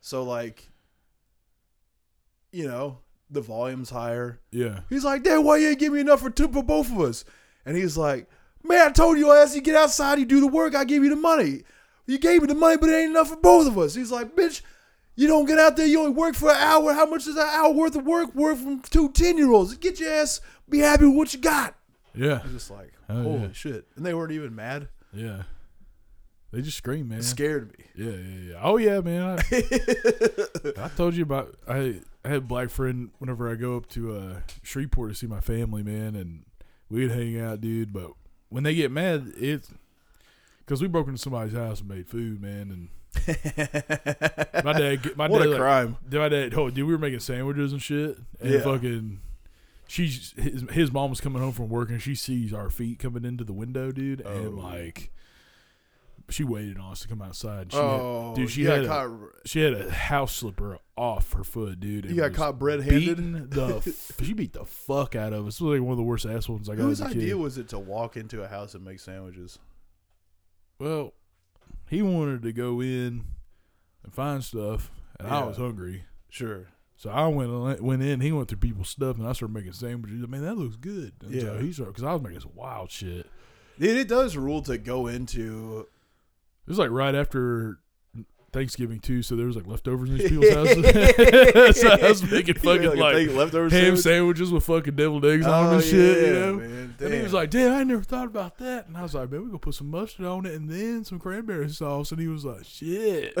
S1: so like, you know, the volume's higher.
S2: Yeah.
S1: He's like, "Dad, why you ain't give me enough for two for both of us?" And he's like, "Man, I told you as you get outside, you do the work. I give you the money. You gave me the money, but it ain't enough for both of us." He's like, "Bitch, you don't get out there. You only work for an hour. How much is an hour worth of work worth from two 10 year olds? Get your ass. Be happy with what you got."
S2: Yeah.
S1: I'm just like,
S2: Oh,
S1: holy
S2: yeah.
S1: shit! And they weren't even mad.
S2: Yeah. They just scream, man.
S1: It scared me.
S2: Yeah, yeah, yeah. Oh yeah, man.
S1: *laughs*
S2: I, I told you about I I had a black friend whenever I go up to uh Shreveport to see my family, man, and we'd hang out, dude, but when they get mad, it's cuz we broke into somebody's house and made food, man,
S1: *laughs*
S2: and my dad get- my
S1: What
S2: dad
S1: a
S2: like,
S1: crime!
S2: Dude, my dad, oh, dude, we were making sandwiches and shit, and
S1: Yeah.
S2: fucking, she's his, his mom was coming home from work, and she sees our feet coming into the window, dude, and
S1: Oh.
S2: like, she waited on us to come outside. and She
S1: oh,
S2: had, dude, she
S1: you
S2: had
S1: got
S2: a,
S1: caught.
S2: she had a house slipper off her foot, dude. and
S1: you got
S2: was
S1: caught red-handed.
S2: beating the f- she beat the fuck out of us. This was like one of the worst ass ones I got.
S1: Whose
S2: as a
S1: idea
S2: kid.
S1: was it to walk into a house and make sandwiches?
S2: Well, he wanted to go in and find stuff, and I
S1: Yeah.
S2: was hungry.
S1: Sure.
S2: So I went went in. He went through people's stuff, and I started making sandwiches. I mean, that looks good. And so
S1: Yeah.
S2: he started because I was making some wild shit. It
S1: Dude, it does rule to go into.
S2: was like right after Thanksgiving too, so there was like leftovers in
S1: *laughs*
S2: these people's houses. *laughs* so I was making
S1: You
S2: fucking
S1: really
S2: like,
S1: think leftover
S2: ham
S1: sandwich?
S2: sandwiches with fucking deviled eggs on
S1: Oh,
S2: them and shit. You
S1: yeah,
S2: know.
S1: man.
S2: And he
S1: Damn.
S2: was like, "Damn, I never thought about that." And I was like, "Man, we gonna put some mustard on it and then some cranberry sauce." And he was
S1: *laughs*
S2: like, "Shit."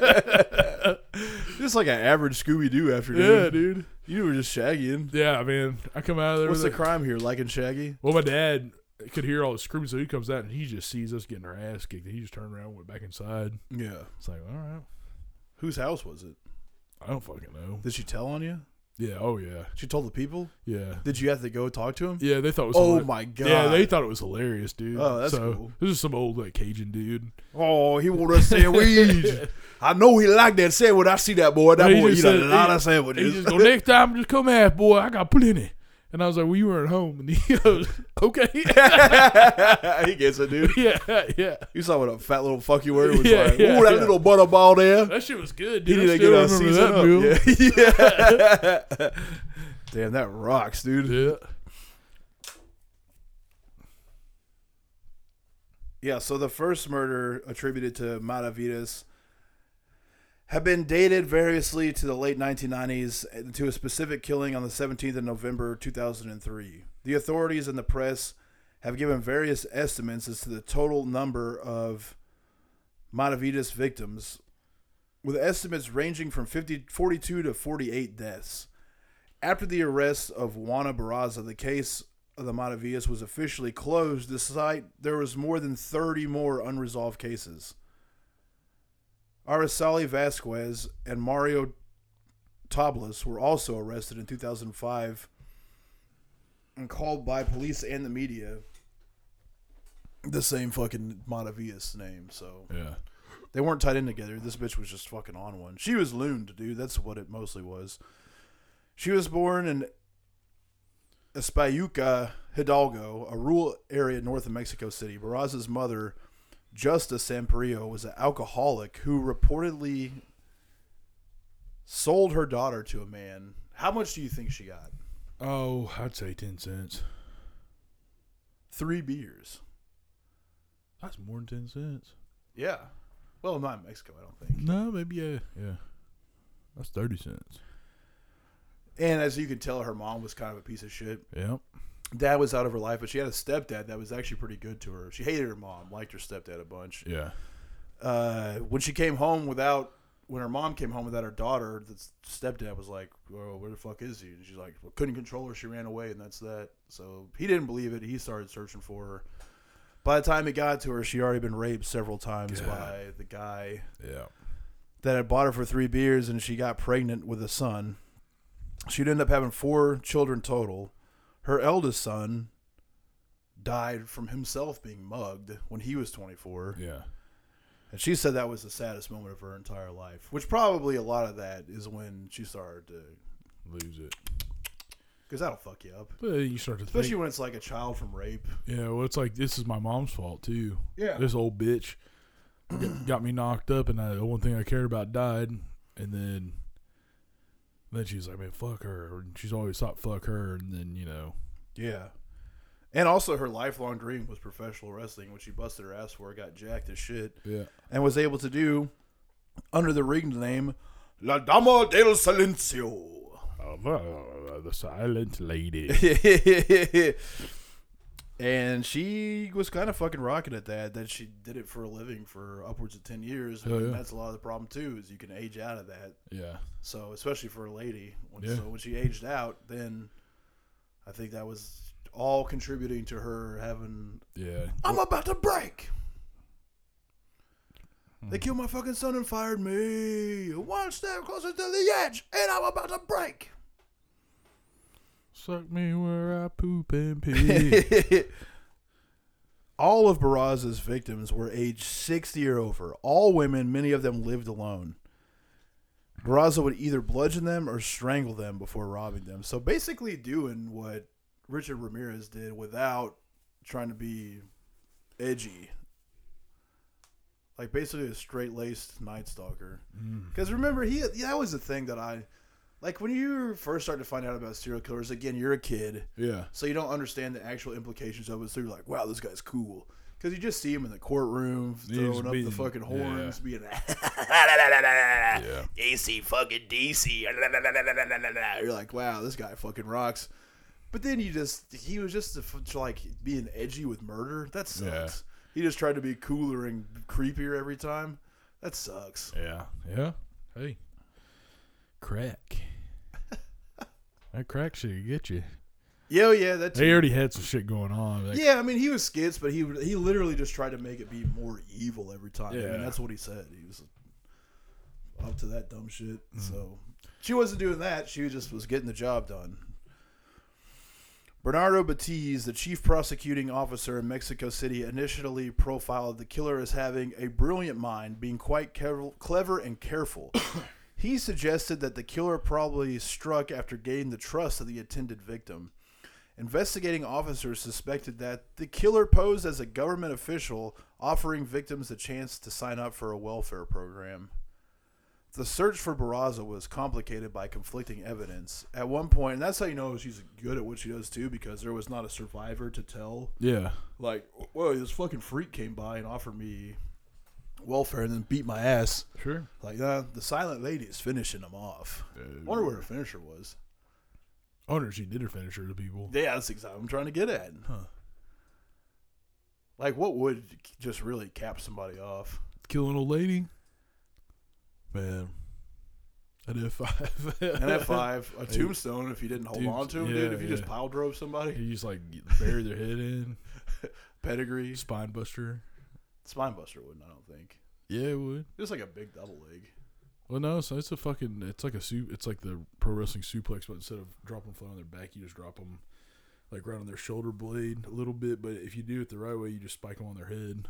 S1: *laughs* just like an average Scooby Doo afternoon.
S2: yeah, dude.
S1: You were just shaggying.
S2: Yeah, man. I come out of there.
S1: What's the
S2: with a-
S1: crime here? Liking Shaggy?
S2: Well, my dad could hear all the screaming, so he comes out and he just sees us getting our ass kicked. And he just turned around and went back inside.
S1: Yeah.
S2: It's like, all right.
S1: Whose house was it?
S2: I don't fucking know.
S1: Did she tell on you?
S2: Yeah. Oh, yeah.
S1: She told the people?
S2: Yeah.
S1: Did you have to go talk to him?
S2: Yeah. They thought it was.
S1: Oh
S2: hila-
S1: my god.
S2: Yeah. They thought it was hilarious, dude.
S1: Oh, that's
S2: so,
S1: cool.
S2: This is some old, like, Cajun dude.
S1: oh, he wanted us
S2: *laughs*
S1: sandwich. I know he liked that sandwich. I see that boy. That
S2: He
S1: boy
S2: just
S1: eat a
S2: said-
S1: lot
S2: he-
S1: of
S2: He *laughs*
S1: sandwiches.
S2: just go, next time, just come ask, boy. I got plenty. And I was like, well, you were at home. And he *laughs* goes, okay.
S1: *laughs* he gets it, dude.
S2: yeah, yeah.
S1: You saw what a fat little fuck you were. It was
S2: Yeah,
S1: like,
S2: yeah,
S1: ooh, that
S2: yeah.
S1: little butter ball there.
S2: That shit was good,
S1: He
S2: dude.
S1: need
S2: I
S1: to
S2: still
S1: get on
S2: remember
S1: season
S2: that
S1: up. Yeah.
S2: meal.
S1: *laughs* yeah. Damn, that rocks, dude.
S2: Yeah.
S1: Yeah, so the first murder attributed to Matavitas had been dated variously to the late 1990s and to a specific killing on the 17th of November 2003. The authorities and the press have given various estimates as to the total number of Matavitas victims, with estimates ranging from 50, 42 to 48 deaths. After the arrest of Juana Barraza, the case of the Matavillas was officially closed. Despite there was more than 30 more unresolved cases. Araceli Vasquez and Mario Tablas were also arrested in 2005 and called by police and the media the same fucking Matavillas name. So
S2: Yeah.
S1: they weren't tied in together. This bitch was just fucking on one. She was looned, dude. That's what it mostly was. She was born in Espayuca, Hidalgo, a rural area north of Mexico City. Barraza's mother, Justa Samprio, was an alcoholic who reportedly sold her daughter to a man. How much do you think she got?
S2: Oh, I'd say 10 cents.
S1: Three beers.
S2: That's more than 10 cents.
S1: Yeah. Well, not in Mexico, I don't think.
S2: No, maybe, yeah. Yeah. That's 30 cents.
S1: And as you can tell, her mom was kind of a piece of shit.
S2: Yep.
S1: dad was out of her life, but she had a stepdad that was actually pretty good to her. She hated her mom, liked her stepdad a bunch.
S2: Yeah.
S1: Uh, when she came home without, when her mom came home without her daughter, the stepdad was like, well, "Where the fuck is he?" And she's like, well, "Couldn't control her. She ran away, and that's that." So he didn't believe it. He started searching for her. By the time it got to her, she had already been raped several times
S2: God.
S1: by the guy
S2: Yeah.
S1: that had bought her for three beers and she got pregnant with a son. She'd end up having four children total. Her eldest son died from himself being mugged when he was 24.
S2: Yeah.
S1: And she said that was the saddest moment of her entire life, which probably a lot of that is when she started to,
S2: Lose it.
S1: because that'll fuck you up.
S2: But then you start to
S1: Especially
S2: think.
S1: when it's like a child from rape.
S2: Yeah, well, it's like this is my mom's fault too.
S1: Yeah.
S2: This old bitch got, got me knocked up, and I, the one thing I cared about died, and then then she's like, "Man, fuck her." And she's always thought, "Fuck her," and then you know,
S1: Yeah. And also, her lifelong dream was professional wrestling, which she busted her ass for, got jacked as shit.
S2: yeah,
S1: and was able to do under the ring name La Dama del Silencio. *laughs*
S2: Oh, the silent lady.
S1: and she was kind of fucking rocking at that, that she did it for a living for upwards of 10 years.
S2: Hell
S1: and
S2: yeah.
S1: that's a lot of the problem, too, is you can age out of that.
S2: yeah,
S1: So, especially for a lady. When,
S2: Yeah.
S1: So, when she aged out, then I think that was all contributing to her having,
S2: yeah.
S1: I'm about to break. They killed my fucking son and fired me. One step closer to the edge, and I'm about to break.
S2: Suck me where I poop *laughs* and pee.
S1: *laughs* All of Barraza's victims were aged 60 or over. All women, many of them lived alone. Barraza would either bludgeon them or strangle them before robbing them. So basically, doing what Richard Ramirez did without trying to be edgy. Like basically a straight laced Night Stalker. Because remember, he that was the thing that I like when you first start to find out about serial killers. Again, you're a kid.
S2: yeah,
S1: So you don't understand the actual implications of it. So you're like, wow, this guy's cool. Because you just see him in the courtroom
S2: just
S1: throwing up
S2: being-
S1: the fucking horns, being *laughs*
S2: yeah,
S1: AC fucking DC. *laughs* You're like, wow, this guy fucking rocks. But then you just, he was just the f- like being edgy with murder. That sucks.
S2: Yeah.
S1: He just tried to be cooler and creepier every time. That sucks.
S2: yeah, yeah. Hey, crack. that crack shit get you.
S1: Yeah, oh, yeah, that too.
S2: They already had some shit going on. Like,
S1: Yeah, I mean, he was skits, but he he literally just tried to make it be more evil every time. I
S2: Yeah.
S1: mean, that's what he said. He was up to that dumb shit.
S2: Mm.
S1: So she wasn't doing that. She just was getting the job done. Bernardo Batiz, the chief prosecuting officer in Mexico City, initially profiled the killer as having a brilliant mind, being quite care- clever and
S2: *coughs*
S1: careful. he suggested that the killer probably struck after gaining the trust of the intended victim. Investigating officers suspected that the killer posed as a government official offering victims a chance to sign up for a welfare program. The search for Barraza was complicated by conflicting evidence. At one point, and that's how you know she's good at what she does too, because there was not a survivor to tell.
S2: Yeah.
S1: Like, whoa, this fucking freak came by and offered me welfare and then beat my ass.
S2: Sure.
S1: Like, uh, the silent lady is finishing them off.
S2: Uh,
S1: Wonder where her finisher was.
S2: I wonder if she did her finisher to people.
S1: Yeah, that's exactly what I'm trying to get at.
S2: Huh.
S1: Like, what would just really cap somebody off?
S2: Kill an old lady. Man. An F5.
S1: And at five, a tombstone if you didn't hold
S2: Dude,
S1: on to him,
S2: yeah,
S1: dude. If you just
S2: yeah.
S1: pile drove somebody,
S2: *laughs* You just like bury their head in.
S1: pedigree,
S2: Spine buster.
S1: spine buster wouldn't. I don't think.
S2: Yeah, it would.
S1: Just like a big double leg.
S2: Well, no, so it's a fucking. It's like a soup. It's like the pro wrestling suplex, but instead of dropping them flat on their back, you just drop them like right on their shoulder blade a little bit. But if you do it the right way, you just spike them on their head.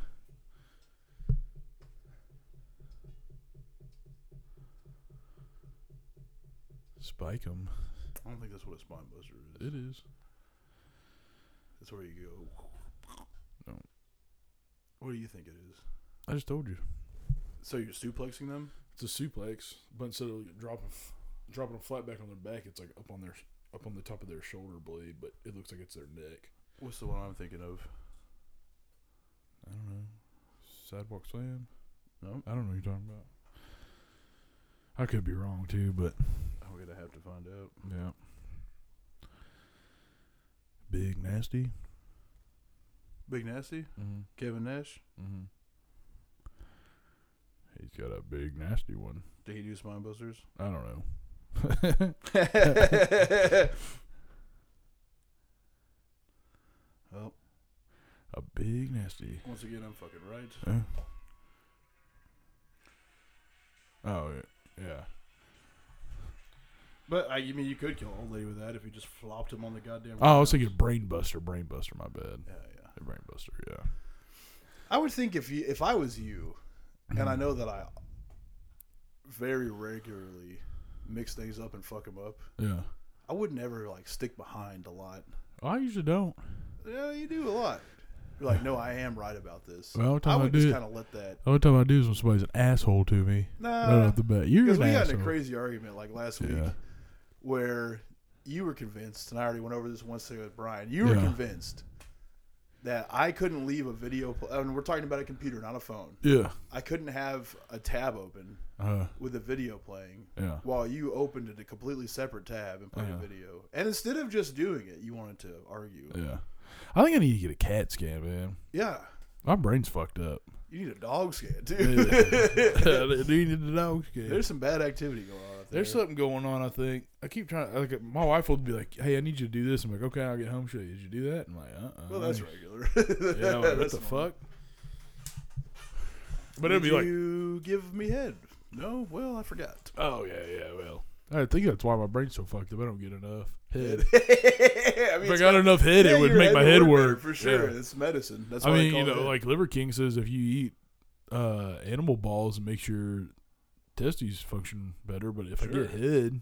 S2: Spike them.
S1: I don't think that's what a spine buster is.
S2: It is.
S1: That's where you go.
S2: No.
S1: What do you think it is?
S2: I just told you.
S1: So you're suplexing them?
S2: It's a suplex, but instead of dropping dropping them flat back on their back, it's like up on their up on the top of their shoulder blade, but it looks like it's their neck.
S1: What's the one I'm thinking of?
S2: I don't know. Sidewalk slam?
S1: Nope.
S2: I don't know what you're talking about. I could be wrong too, but
S1: I'm gonna have to find out.
S2: yeah. Big nasty.
S1: Big nasty,
S2: Mm-hmm.
S1: Kevin Nash.
S2: Mm-hmm. He's got a big nasty one.
S1: Did he do spine *laughs*
S2: *laughs*
S1: busters?
S2: I don't know.
S1: well, Oh,
S2: A big nasty.
S1: once again, I'm fucking right.
S2: Huh? Oh yeah. yeah.
S1: But I mean, you could kill an old lady with that if you just flopped him on the goddamn.
S2: Oh, I was
S1: ground.
S2: thinking brain buster. Brain buster. My bad.
S1: Yeah, yeah.
S2: Brain buster. Yeah.
S1: I would think if you, if I was you, and I know that I very regularly mix things up and fuck them up.
S2: Yeah.
S1: I would never like stick behind a lot.
S2: I usually don't.
S1: Yeah, you do a lot. You're like, no, I am right about this.
S2: Well,
S1: I
S2: time I
S1: would
S2: do
S1: just
S2: it-
S1: kind of let that.
S2: The only time I do is when somebody's an asshole to me. right
S1: Nah,
S2: off the bat. You're
S1: because
S2: an
S1: we got
S2: asshole.
S1: in a crazy argument like last week.
S2: yeah.
S1: where you were convinced, and I already went over this once with Brian. You were
S2: Yeah.
S1: convinced that I couldn't leave a video, pl- and we're talking about a computer, not a phone.
S2: Yeah.
S1: I couldn't have a tab open
S2: Uh,
S1: with a video playing
S2: yeah.
S1: while you opened it a completely separate tab and played
S2: Uh-huh.
S1: a video. And instead of just doing it, you wanted to argue.
S2: Yeah. I think I need to get a cat scan, man.
S1: Yeah,
S2: My brain's fucked *laughs* up.
S1: you need a dog scan too.
S2: do you need a dog
S1: *laughs*
S2: scan?
S1: There's some bad activity going on. Out there.
S2: There's something going on. I think I keep trying. Like my wife will be like, "Hey, I need you to do this." I'm like, "Okay, I'll get home." She's like, "Did you do that?" I'm like, "Uh." uh
S1: well, that's regular. *laughs*
S2: Yeah. I'm like, what *laughs*
S1: That's
S2: the
S1: normal.
S2: fuck? But it'd be
S1: Did
S2: like,
S1: you give me head. No, well, I forgot.
S2: "Oh yeah, yeah, well." I think that's why my brain's so fucked up. I don't get enough *laughs* head.
S1: *laughs* I mean,
S2: If I
S1: it's
S2: got enough head,
S1: Yeah,
S2: it would
S1: your
S2: make my head
S1: would
S2: work
S1: for sure.
S2: Yeah.
S1: It's medicine. That's
S2: I
S1: why
S2: mean,
S1: I
S2: you
S1: call
S2: know,
S1: it.
S2: like Liver King says, if you eat uh, animal balls, it makes your testes function better. But if I
S1: Sure.
S2: get head,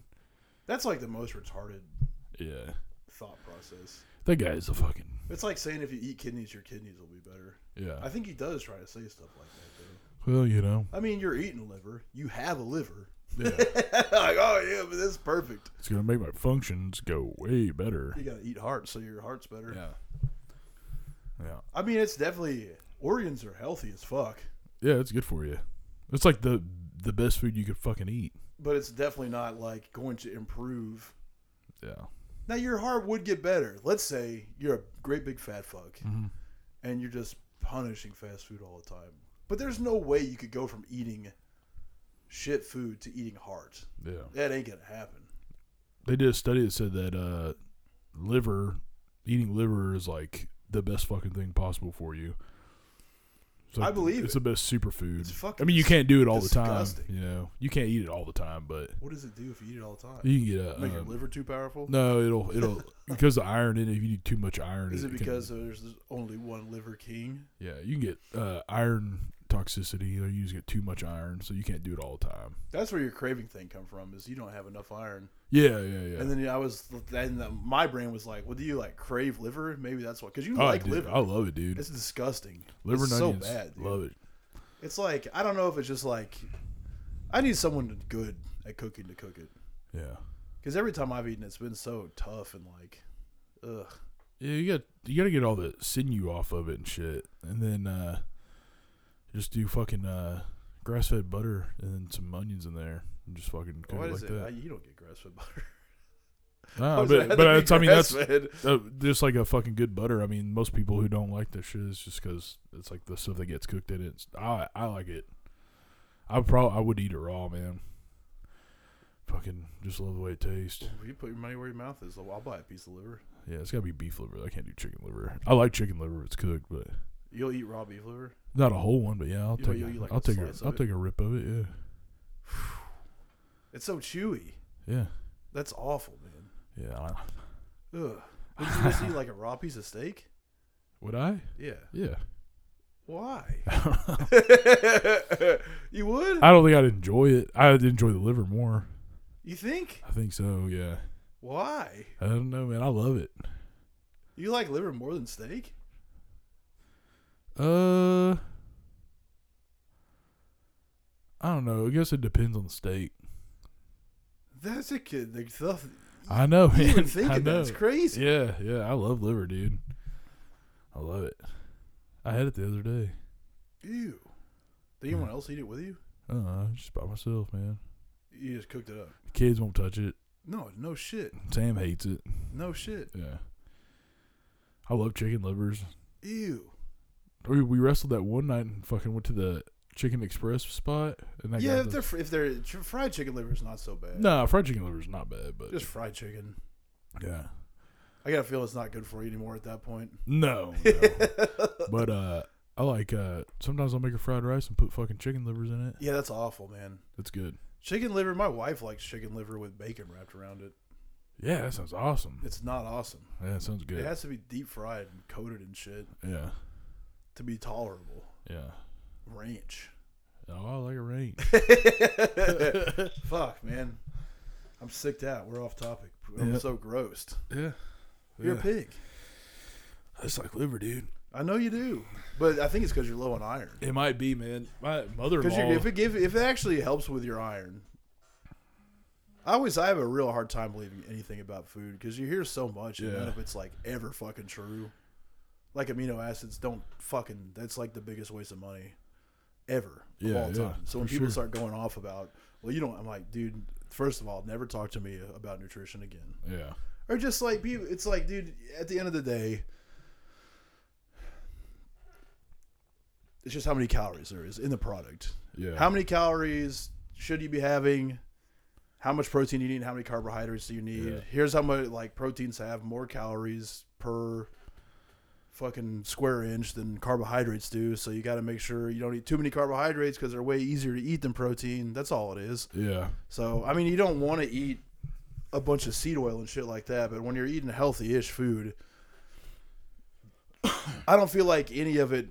S1: that's like the most retarded
S2: yeah,
S1: thought process.
S2: that guy is a fucking
S1: It's like saying if you eat kidneys, your kidneys will be better. I
S2: yeah.
S1: think he does try to say stuff like that. though.
S2: Well, you know,
S1: I mean, you're eating liver. You have a liver.
S2: yeah,
S1: *laughs* like, oh yeah, but that's perfect.
S2: it's gonna make my functions go way better.
S1: You gotta eat heart, so your heart's better.
S2: Yeah, yeah,
S1: I mean, it's definitely organs are healthy as fuck,
S2: yeah. It's good for you. It's like the the best food you could fucking eat.
S1: but it's definitely not like going to improve.
S2: Yeah,
S1: Now your heart would get better. Let's say you're a great big fat fuck.
S2: Mhm.
S1: and you're just punishing fast food all the time. But there's no way you could go from eating shit food to eating heart.
S2: yeah.
S1: That ain't gonna happen.
S2: They did a study that said that uh, liver eating liver is like the best fucking thing possible for you. It's
S1: I believe
S2: it's
S1: it.
S2: the best superfood.
S1: It's fucking
S2: I mean, you can't do it all the
S1: disgusting.
S2: time. You know, you can't eat it all the time, but
S1: What does it do if you eat it all the time?
S2: you can get a.
S1: Make your
S2: um,
S1: liver too powerful?
S2: no, it'll it'll because the iron in it. If you do too much iron,
S1: Is it
S2: can-
S1: because there's only one liver king?
S2: yeah, you can get uh, iron toxicity. You know, you just get too much iron, so you can't do it all the time.
S1: That's where your craving thing come from is you don't have enough iron.
S2: Yeah, yeah, yeah.
S1: And then I was then the, my brain was like, "Well, do you like crave liver? Maybe that's what." Because you
S2: oh,
S1: like
S2: dude,
S1: liver.
S2: I love it, dude.
S1: It's disgusting.
S2: Liver
S1: it's
S2: and
S1: so
S2: onions,
S1: bad. dude.
S2: love it.
S1: It's like I don't know if it's just like I need someone good at cooking to cook it.
S2: Yeah,
S1: Because every time I've eaten, it's been so tough and like, ugh.
S2: yeah. You got you got to get all the sinew off of it and shit, and then uh just do fucking uh grass fed butter and then some onions in there. And just fucking cook
S1: What
S2: it
S1: is
S2: like
S1: it? I,
S2: that.
S1: you don't get grass fed butter.
S2: Nah,
S1: Why *laughs* does it
S2: but
S1: have
S2: but
S1: to be
S2: that's, I mean that's
S1: grass-fed?
S2: uh, just like a fucking good butter. I mean, most people who don't like this shit is just because it's like the stuff that gets cooked in it. It's- I I like it. I probably I would eat it raw, man. Fucking just love the way it tastes.
S1: Well, You put your money where your mouth is. I'll buy a piece of liver.
S2: Yeah, it's gotta be beef liver. I can't do chicken liver. I like chicken liver. if It's cooked, but
S1: You'll eat raw beef liver.
S2: not a whole one. But yeah, I'll
S1: You know,
S2: take
S1: you eat, like,
S2: I'll
S1: a
S2: take a
S1: slice of
S2: I'll
S1: it.
S2: take a rip of it. Yeah,
S1: It's so chewy.
S2: yeah,
S1: That's awful, man.
S2: yeah. I-
S1: Ugh. Would you just eat like a raw piece of steak?
S2: Would I?
S1: Yeah. *laughs*
S2: Yeah. *laughs*
S1: Why? *laughs* you would?
S2: I don't think I'd enjoy it. I'd enjoy the liver more.
S1: You think?
S2: I think so. Yeah.
S1: Why?
S2: I don't know, man. I love it.
S1: You like liver more than steak?
S2: Uh, I don't know. I guess it depends on the state.
S1: That's a kid. The
S2: *laughs*
S1: stuff
S2: I know,
S1: you
S2: man.
S1: even
S2: *laughs*
S1: think
S2: I
S1: of
S2: know.
S1: that's crazy.
S2: Yeah, yeah. I love liver, dude. I love it. I had it the other day.
S1: Ew. Did anyone else eat it with you?
S2: I don't know, Uh-uh, just by myself, man.
S1: You just cooked it up.
S2: The kids won't touch it.
S1: No, no shit.
S2: Sam hates it.
S1: No shit.
S2: Yeah. I love chicken livers.
S1: Ew.
S2: We we wrestled that one night and fucking went to the Chicken Express spot. And I
S1: yeah, if
S2: got the-
S1: they're fr- if they're ch- fried chicken liver is not so bad.
S2: *laughs* nah, fried chicken liver's not bad, but
S1: Just fried chicken.
S2: *laughs* yeah.
S1: I gotta feel it's not good for you anymore at that point.
S2: No,
S1: *laughs*
S2: no. but uh, I like uh. Sometimes I'll make a fried rice and put fucking chicken livers in it.
S1: Yeah, that's awful, man.
S2: That's good.
S1: Chicken liver. My wife likes chicken liver with bacon wrapped around it.
S2: Yeah, that sounds awesome.
S1: It's not awesome.
S2: Yeah, that sounds
S1: It
S2: good.
S1: has to be deep fried and coated in shit
S2: Yeah,
S1: to be tolerable.
S2: yeah.
S1: Ranch. *laughs*
S2: Oh, I like a ranch.
S1: Fuck, man. I'm sicked out. We're off topic. I'm
S2: Yeah.
S1: so grossed.
S2: yeah,
S1: You're a pig.
S2: I just like liver, dude.
S1: I know you do, but I think it's because you're low on iron.
S2: It might be, man. My
S1: Because
S2: mother-in-law.
S1: if it give, if it actually helps with your iron, I always I have a real hard time believing anything about food because you hear so much and none
S2: Yeah.
S1: of it's like ever fucking true. Like amino acids don't fucking. That's like the biggest waste of money ever of
S2: Yeah,
S1: all
S2: yeah,
S1: time. So when
S2: for
S1: people
S2: sure.
S1: start going off about, well, you don't. I'm like, dude. First of all, never talk to me about nutrition again.
S2: yeah,
S1: Or just like people, it's like, dude. At the end of the day, it's just how many calories there is in the product.
S2: yeah.
S1: How many calories should you be having? How much protein you need? How many carbohydrates do you need?
S2: Yeah.
S1: Here's how much like proteins have more calories per fucking square inch than carbohydrates do. So you got to make sure you don't eat too many carbohydrates because they're way easier to eat than protein. That's all it is.
S2: yeah,
S1: So I mean, you don't want to eat a bunch of seed oil and shit like that, but when you're eating healthy-ish food, *coughs* I don't feel like any of it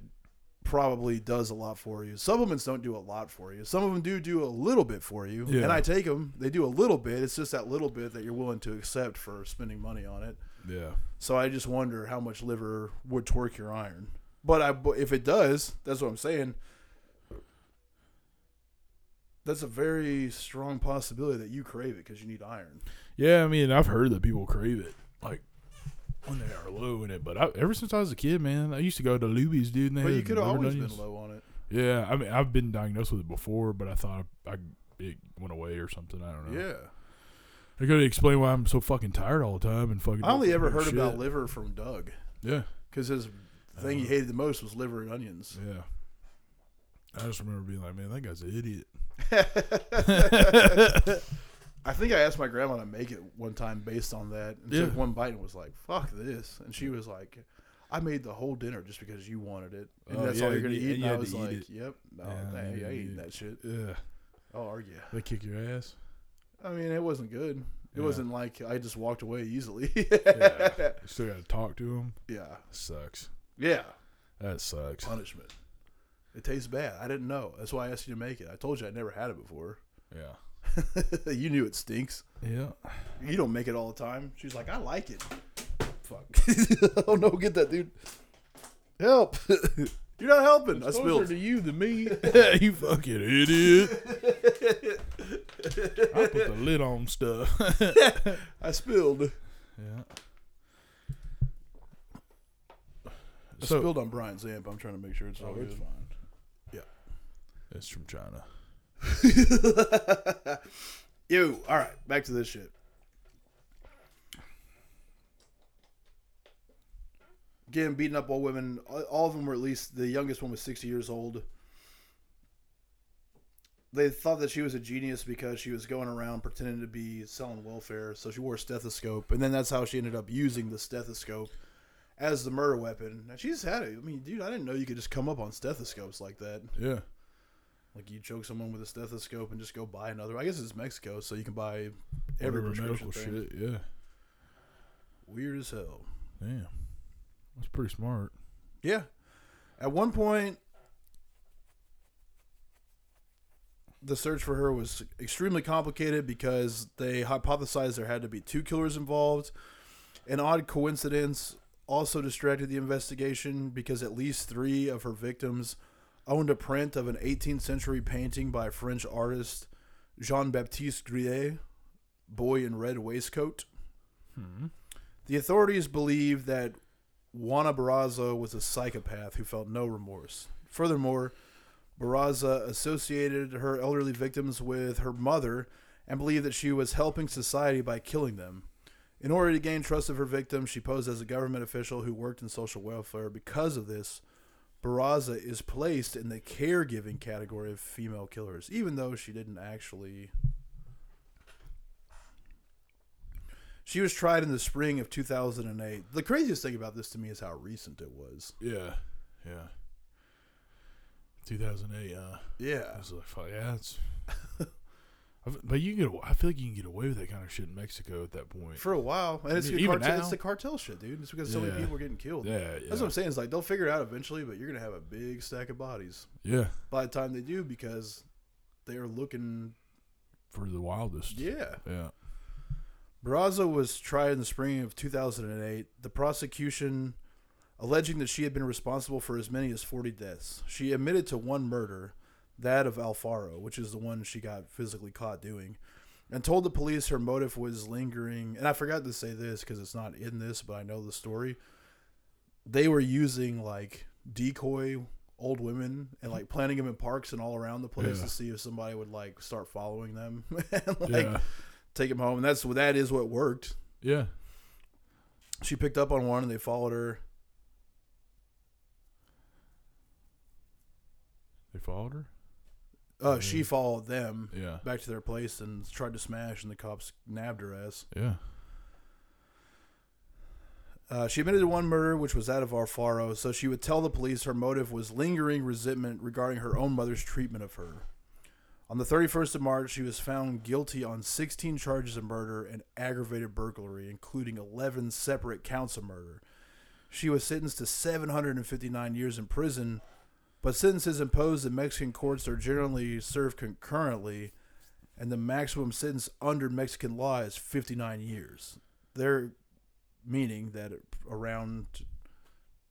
S1: probably does a lot for you. Supplements don't do a lot for you. Some of them do do a little bit for you,
S2: Yeah.
S1: and I take them. They do a little bit. It's just that little bit that you're willing to accept for spending money on it.
S2: yeah,
S1: So I just wonder how much liver would torque your iron. But I, but if it does, that's what I'm saying. That's a very strong possibility that you crave it because you need iron.
S2: yeah. I mean, I've heard that people crave it, like when they are low in it. But I, ever since I was a kid, man, I used to go to Luby's, dude. And they
S1: But you
S2: had
S1: could have
S2: liver and
S1: always been
S2: onions.
S1: low on it.
S2: Yeah, I mean, I've been diagnosed with it before, but I thought I it went away or something. I don't know.
S1: Yeah,
S2: I gotta explain why I'm so fucking tired all the time and fucking.
S1: I only
S2: don't
S1: ever
S2: do
S1: heard
S2: shit.
S1: about liver from Doug
S2: Yeah,
S1: because his thing
S2: Uh-huh.
S1: he hated the most was liver and onions.
S2: yeah. I just remember being like, man, that guy's an idiot.
S1: I think I asked my grandma to make it one time based on that, and took
S2: Yeah.
S1: one bite and was like, "Fuck this," and she was like, "I made the whole dinner just because you wanted it, and
S2: Oh,
S1: that's
S2: yeah,
S1: all you're gonna
S2: and you-
S1: eat." And
S2: and you
S1: I
S2: had
S1: was
S2: to eat
S1: like,
S2: it.
S1: "Yep, no,
S2: Yeah,
S1: dang,
S2: you
S1: I
S2: had to
S1: ain't
S2: eat
S1: eating
S2: it.
S1: that shit."
S2: Yeah,
S1: Oh, are you?
S2: they kick your
S1: *laughs*
S2: ass.
S1: I mean, it wasn't good. It
S2: Yeah.
S1: wasn't like I just walked away easily. *laughs*
S2: Yeah, you still gotta talk to him.
S1: yeah,
S2: Sucks.
S1: yeah,
S2: That sucks.
S1: punishment. It tastes bad. I didn't know. That's why I asked you to make it. I told you I never had it before. *laughs*
S2: Yeah.
S1: you knew it stinks.
S2: Yeah.
S1: You don't make it all the time. She's like, I like it. Fuck. *laughs* oh no, get that dude. Help. *laughs* You're not helping. I
S2: Closer
S1: spilled.
S2: to you than me. *laughs* you fucking idiot. I put the lid on stuff. *laughs*
S1: I spilled.
S2: yeah.
S1: I
S2: So- Oh,
S1: spilled on Brian's amp. I'm trying to make sure Oh, it's all good.
S2: fine.
S1: Yeah.
S2: It's from China.
S1: Ew. All right, back to this shit. Again, beating up old women. All- All of them were at least the youngest one was sixty years old. They thought that she was a genius because she was going around pretending to be selling welfare. So she wore a stethoscope, and then that's how she ended up using the stethoscope as the murder weapon. And she's had it. I mean, dude, I didn't know you could just come up on stethoscopes like that.
S2: Yeah.
S1: Like you choke someone with a stethoscope and just go buy another. I guess it's Mexico, so you can buy every
S2: Whatever
S1: prescription
S2: medical
S1: thing.
S2: shit. Yeah.
S1: Weird as hell.
S2: Damn. That's pretty smart.
S1: Yeah. At one point, the search for her was extremely complicated because they hypothesized there had to be two killers involved. An odd coincidence also distracted the investigation because at least three of her victims owned a print of an 18th century painting by French artist Jean Baptiste Grillet, Boy in Red Waistcoat. The authorities believe that Juana Barraza was a psychopath who felt no remorse. Furthermore, Barraza associated her elderly victims with her mother and believed that she was helping society by killing them. In order to gain trust of her victims, she posed as a government official who worked in social welfare. Because of this, Barraza is placed in the caregiving category of female killers, even though she didn't actually She was tried in the spring of 2008. The craziest thing about this to me is how recent it was.
S2: Yeah. Yeah. 2008. Uh, I
S1: Yeah.
S2: was like, fuck, yeah. It's, *laughs* I f- but you can get. aw- I feel like you can get away with that kind of shit in Mexico at that point.
S1: For a while. And it's,
S2: I mean,
S1: the,
S2: even
S1: cartel,
S2: now-
S1: it's the cartel shit, dude. It's because so
S2: Yeah.
S1: many people are getting killed.
S2: yeah. Yeah.
S1: That's what I'm saying. Is like they'll figure it out eventually, but you're going to have a big stack of bodies
S2: yeah.
S1: by the time they do because they're looking.
S2: For the wildest.
S1: Yeah.
S2: Yeah.
S1: Barraza was tried in the spring of 2008. The prosecution alleging that she had been responsible for as many as 40 deaths. She admitted to one murder, that of Alfaro, which is the one she got physically caught doing, and told the police her motive was lingering. And I forgot to say this because it's not in this, but I know the story. They were using like decoy old women and like planting them in parks and all around the place
S2: Yeah.
S1: to see if somebody would like start following them *laughs* and like
S2: Yeah.
S1: take him home, and that's that is what worked.
S2: Yeah.
S1: She picked up on one, and they followed her.
S2: They followed her.
S1: Uh, She followed them
S2: Yeah.
S1: back to their place and tried to smash, and the cops nabbed her ass.
S2: Yeah.
S1: Uh, she admitted to one murder, which was that of Alfaro. So she would tell the police her motive was lingering resentment regarding her own mother's treatment of her. On the 31st of March, she was found guilty on 16 charges of murder and aggravated burglary, including 11 separate counts of murder. She was sentenced to 759 years in prison, but sentences imposed in Mexican courts are generally served concurrently, and the maximum sentence under Mexican law is 59 years. There meaning that around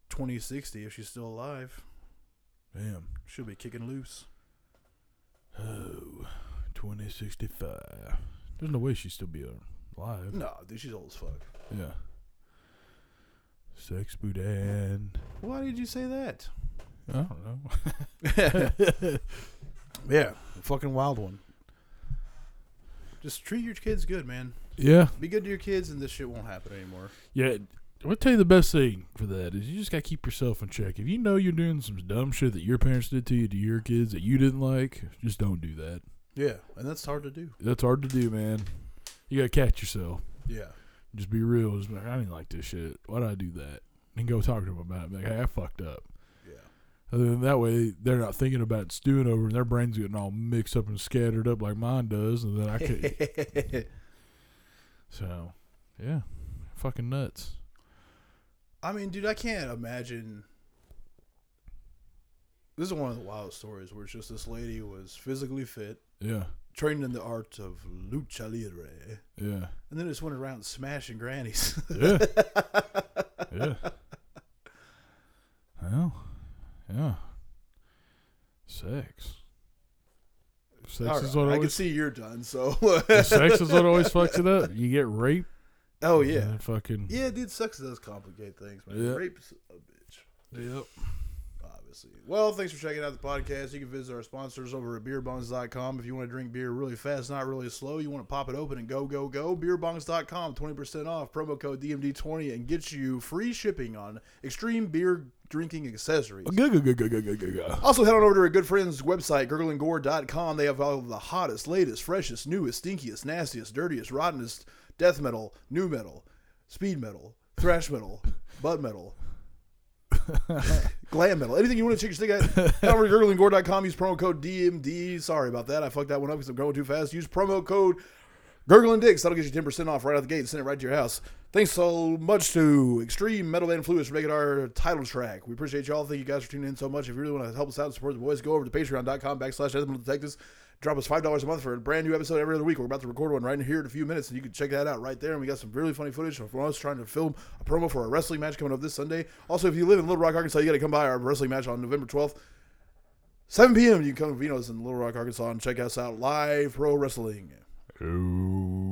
S1: 2060, if she's still alive,
S2: Damn.
S1: she'll be kicking loose.
S2: Oh, 2065. There's no way she'd still be alive.
S1: No, dude, she's old as fuck.
S2: Yeah. Mm. Sex Boudin.
S1: Why did you say that?
S2: I don't know. *laughs*
S1: *laughs* Yeah, a fucking wild one. Just treat your kids good, man.
S2: Yeah.
S1: Be good to your kids, and this shit won't happen anymore.
S2: Yeah. I'll tell you the best thing for that is you just got to keep yourself in check. If you know you're doing some dumb shit that your parents did to you, to your kids that you didn't like, just don't do that.
S1: Yeah, and that's hard to do.
S2: That's hard to do, man. You got to catch yourself.
S1: Yeah,
S2: Just be real. Just be like, I didn't like this shit. Why'd I do that? And go talk to them about it. Be like, hey, I fucked up.
S1: yeah,
S2: And then that way, they're not thinking about it stewing over, and their brains getting all mixed up and scattered up like mine does. And then
S1: *laughs*
S2: I could, so yeah, fucking nuts.
S1: I mean, dude, I can't imagine this is one of the wildest stories where it's just this lady was physically fit,
S2: Yeah.
S1: trained in the art of lucha libre,
S2: Yeah.
S1: and then just went around smashing grannies. *laughs*
S2: Yeah. yeah. Well, yeah. Sex. Sex
S1: All right,
S2: is what
S1: I can
S2: always.
S1: see you're done. So, *laughs*
S2: sex is what always fucks it up. You get raped.
S1: oh
S2: and
S1: yeah,
S2: then fucking.
S1: yeah, dude, sex does complicate things, man.
S2: Yeah.
S1: Rape's a bitch.
S2: Yep.
S1: obviously. Well, thanks for checking out the podcast. You can visit our sponsors over at beerbongs.com if you want to drink beer really fast, not really slow. You want to pop it open and go, go, go. Beerbongs.com, 20% off, promo code DMD20, and get you free shipping on extreme beer drinking accessories.
S2: Go go go go go go go go.
S1: Also, head on over to our good friend's website, gurglingore.com. They have all of the hottest, latest, freshest, newest, stinkiest, nastiest, dirtiest, rottenest death metal, new metal, speed metal, thrash metal, butt metal, glam metal, anything you want to check your stick at. Head over to gurglingore.com. Use promo code DMD. Sorry about that. I fucked that one up because I'm going too fast. Use promo code Gurgling Dicks. That'll get you 10% off right out the gate. Send it right to your house. Thanks so much to Extreme Metal and Fluids for making our title track. We appreciate y'all. Thank you guys for tuning in so much. If you really want to help us out and support the boys, go over to patreon.com backslash Edmund Detectives. Drop us $5 a month for a brand new episode every other week. We're about to record one right here in a few minutes, and you can check that out right there. And we got some really funny footage from us trying to film a promo for a wrestling match coming up this Sunday. Also, if you live in Little Rock, Arkansas, you got to come by our wrestling match on November 12th. 7 p.m. You can come to Vino's in Little Rock, Arkansas, and check us out live pro wrestling.
S2: Ooh.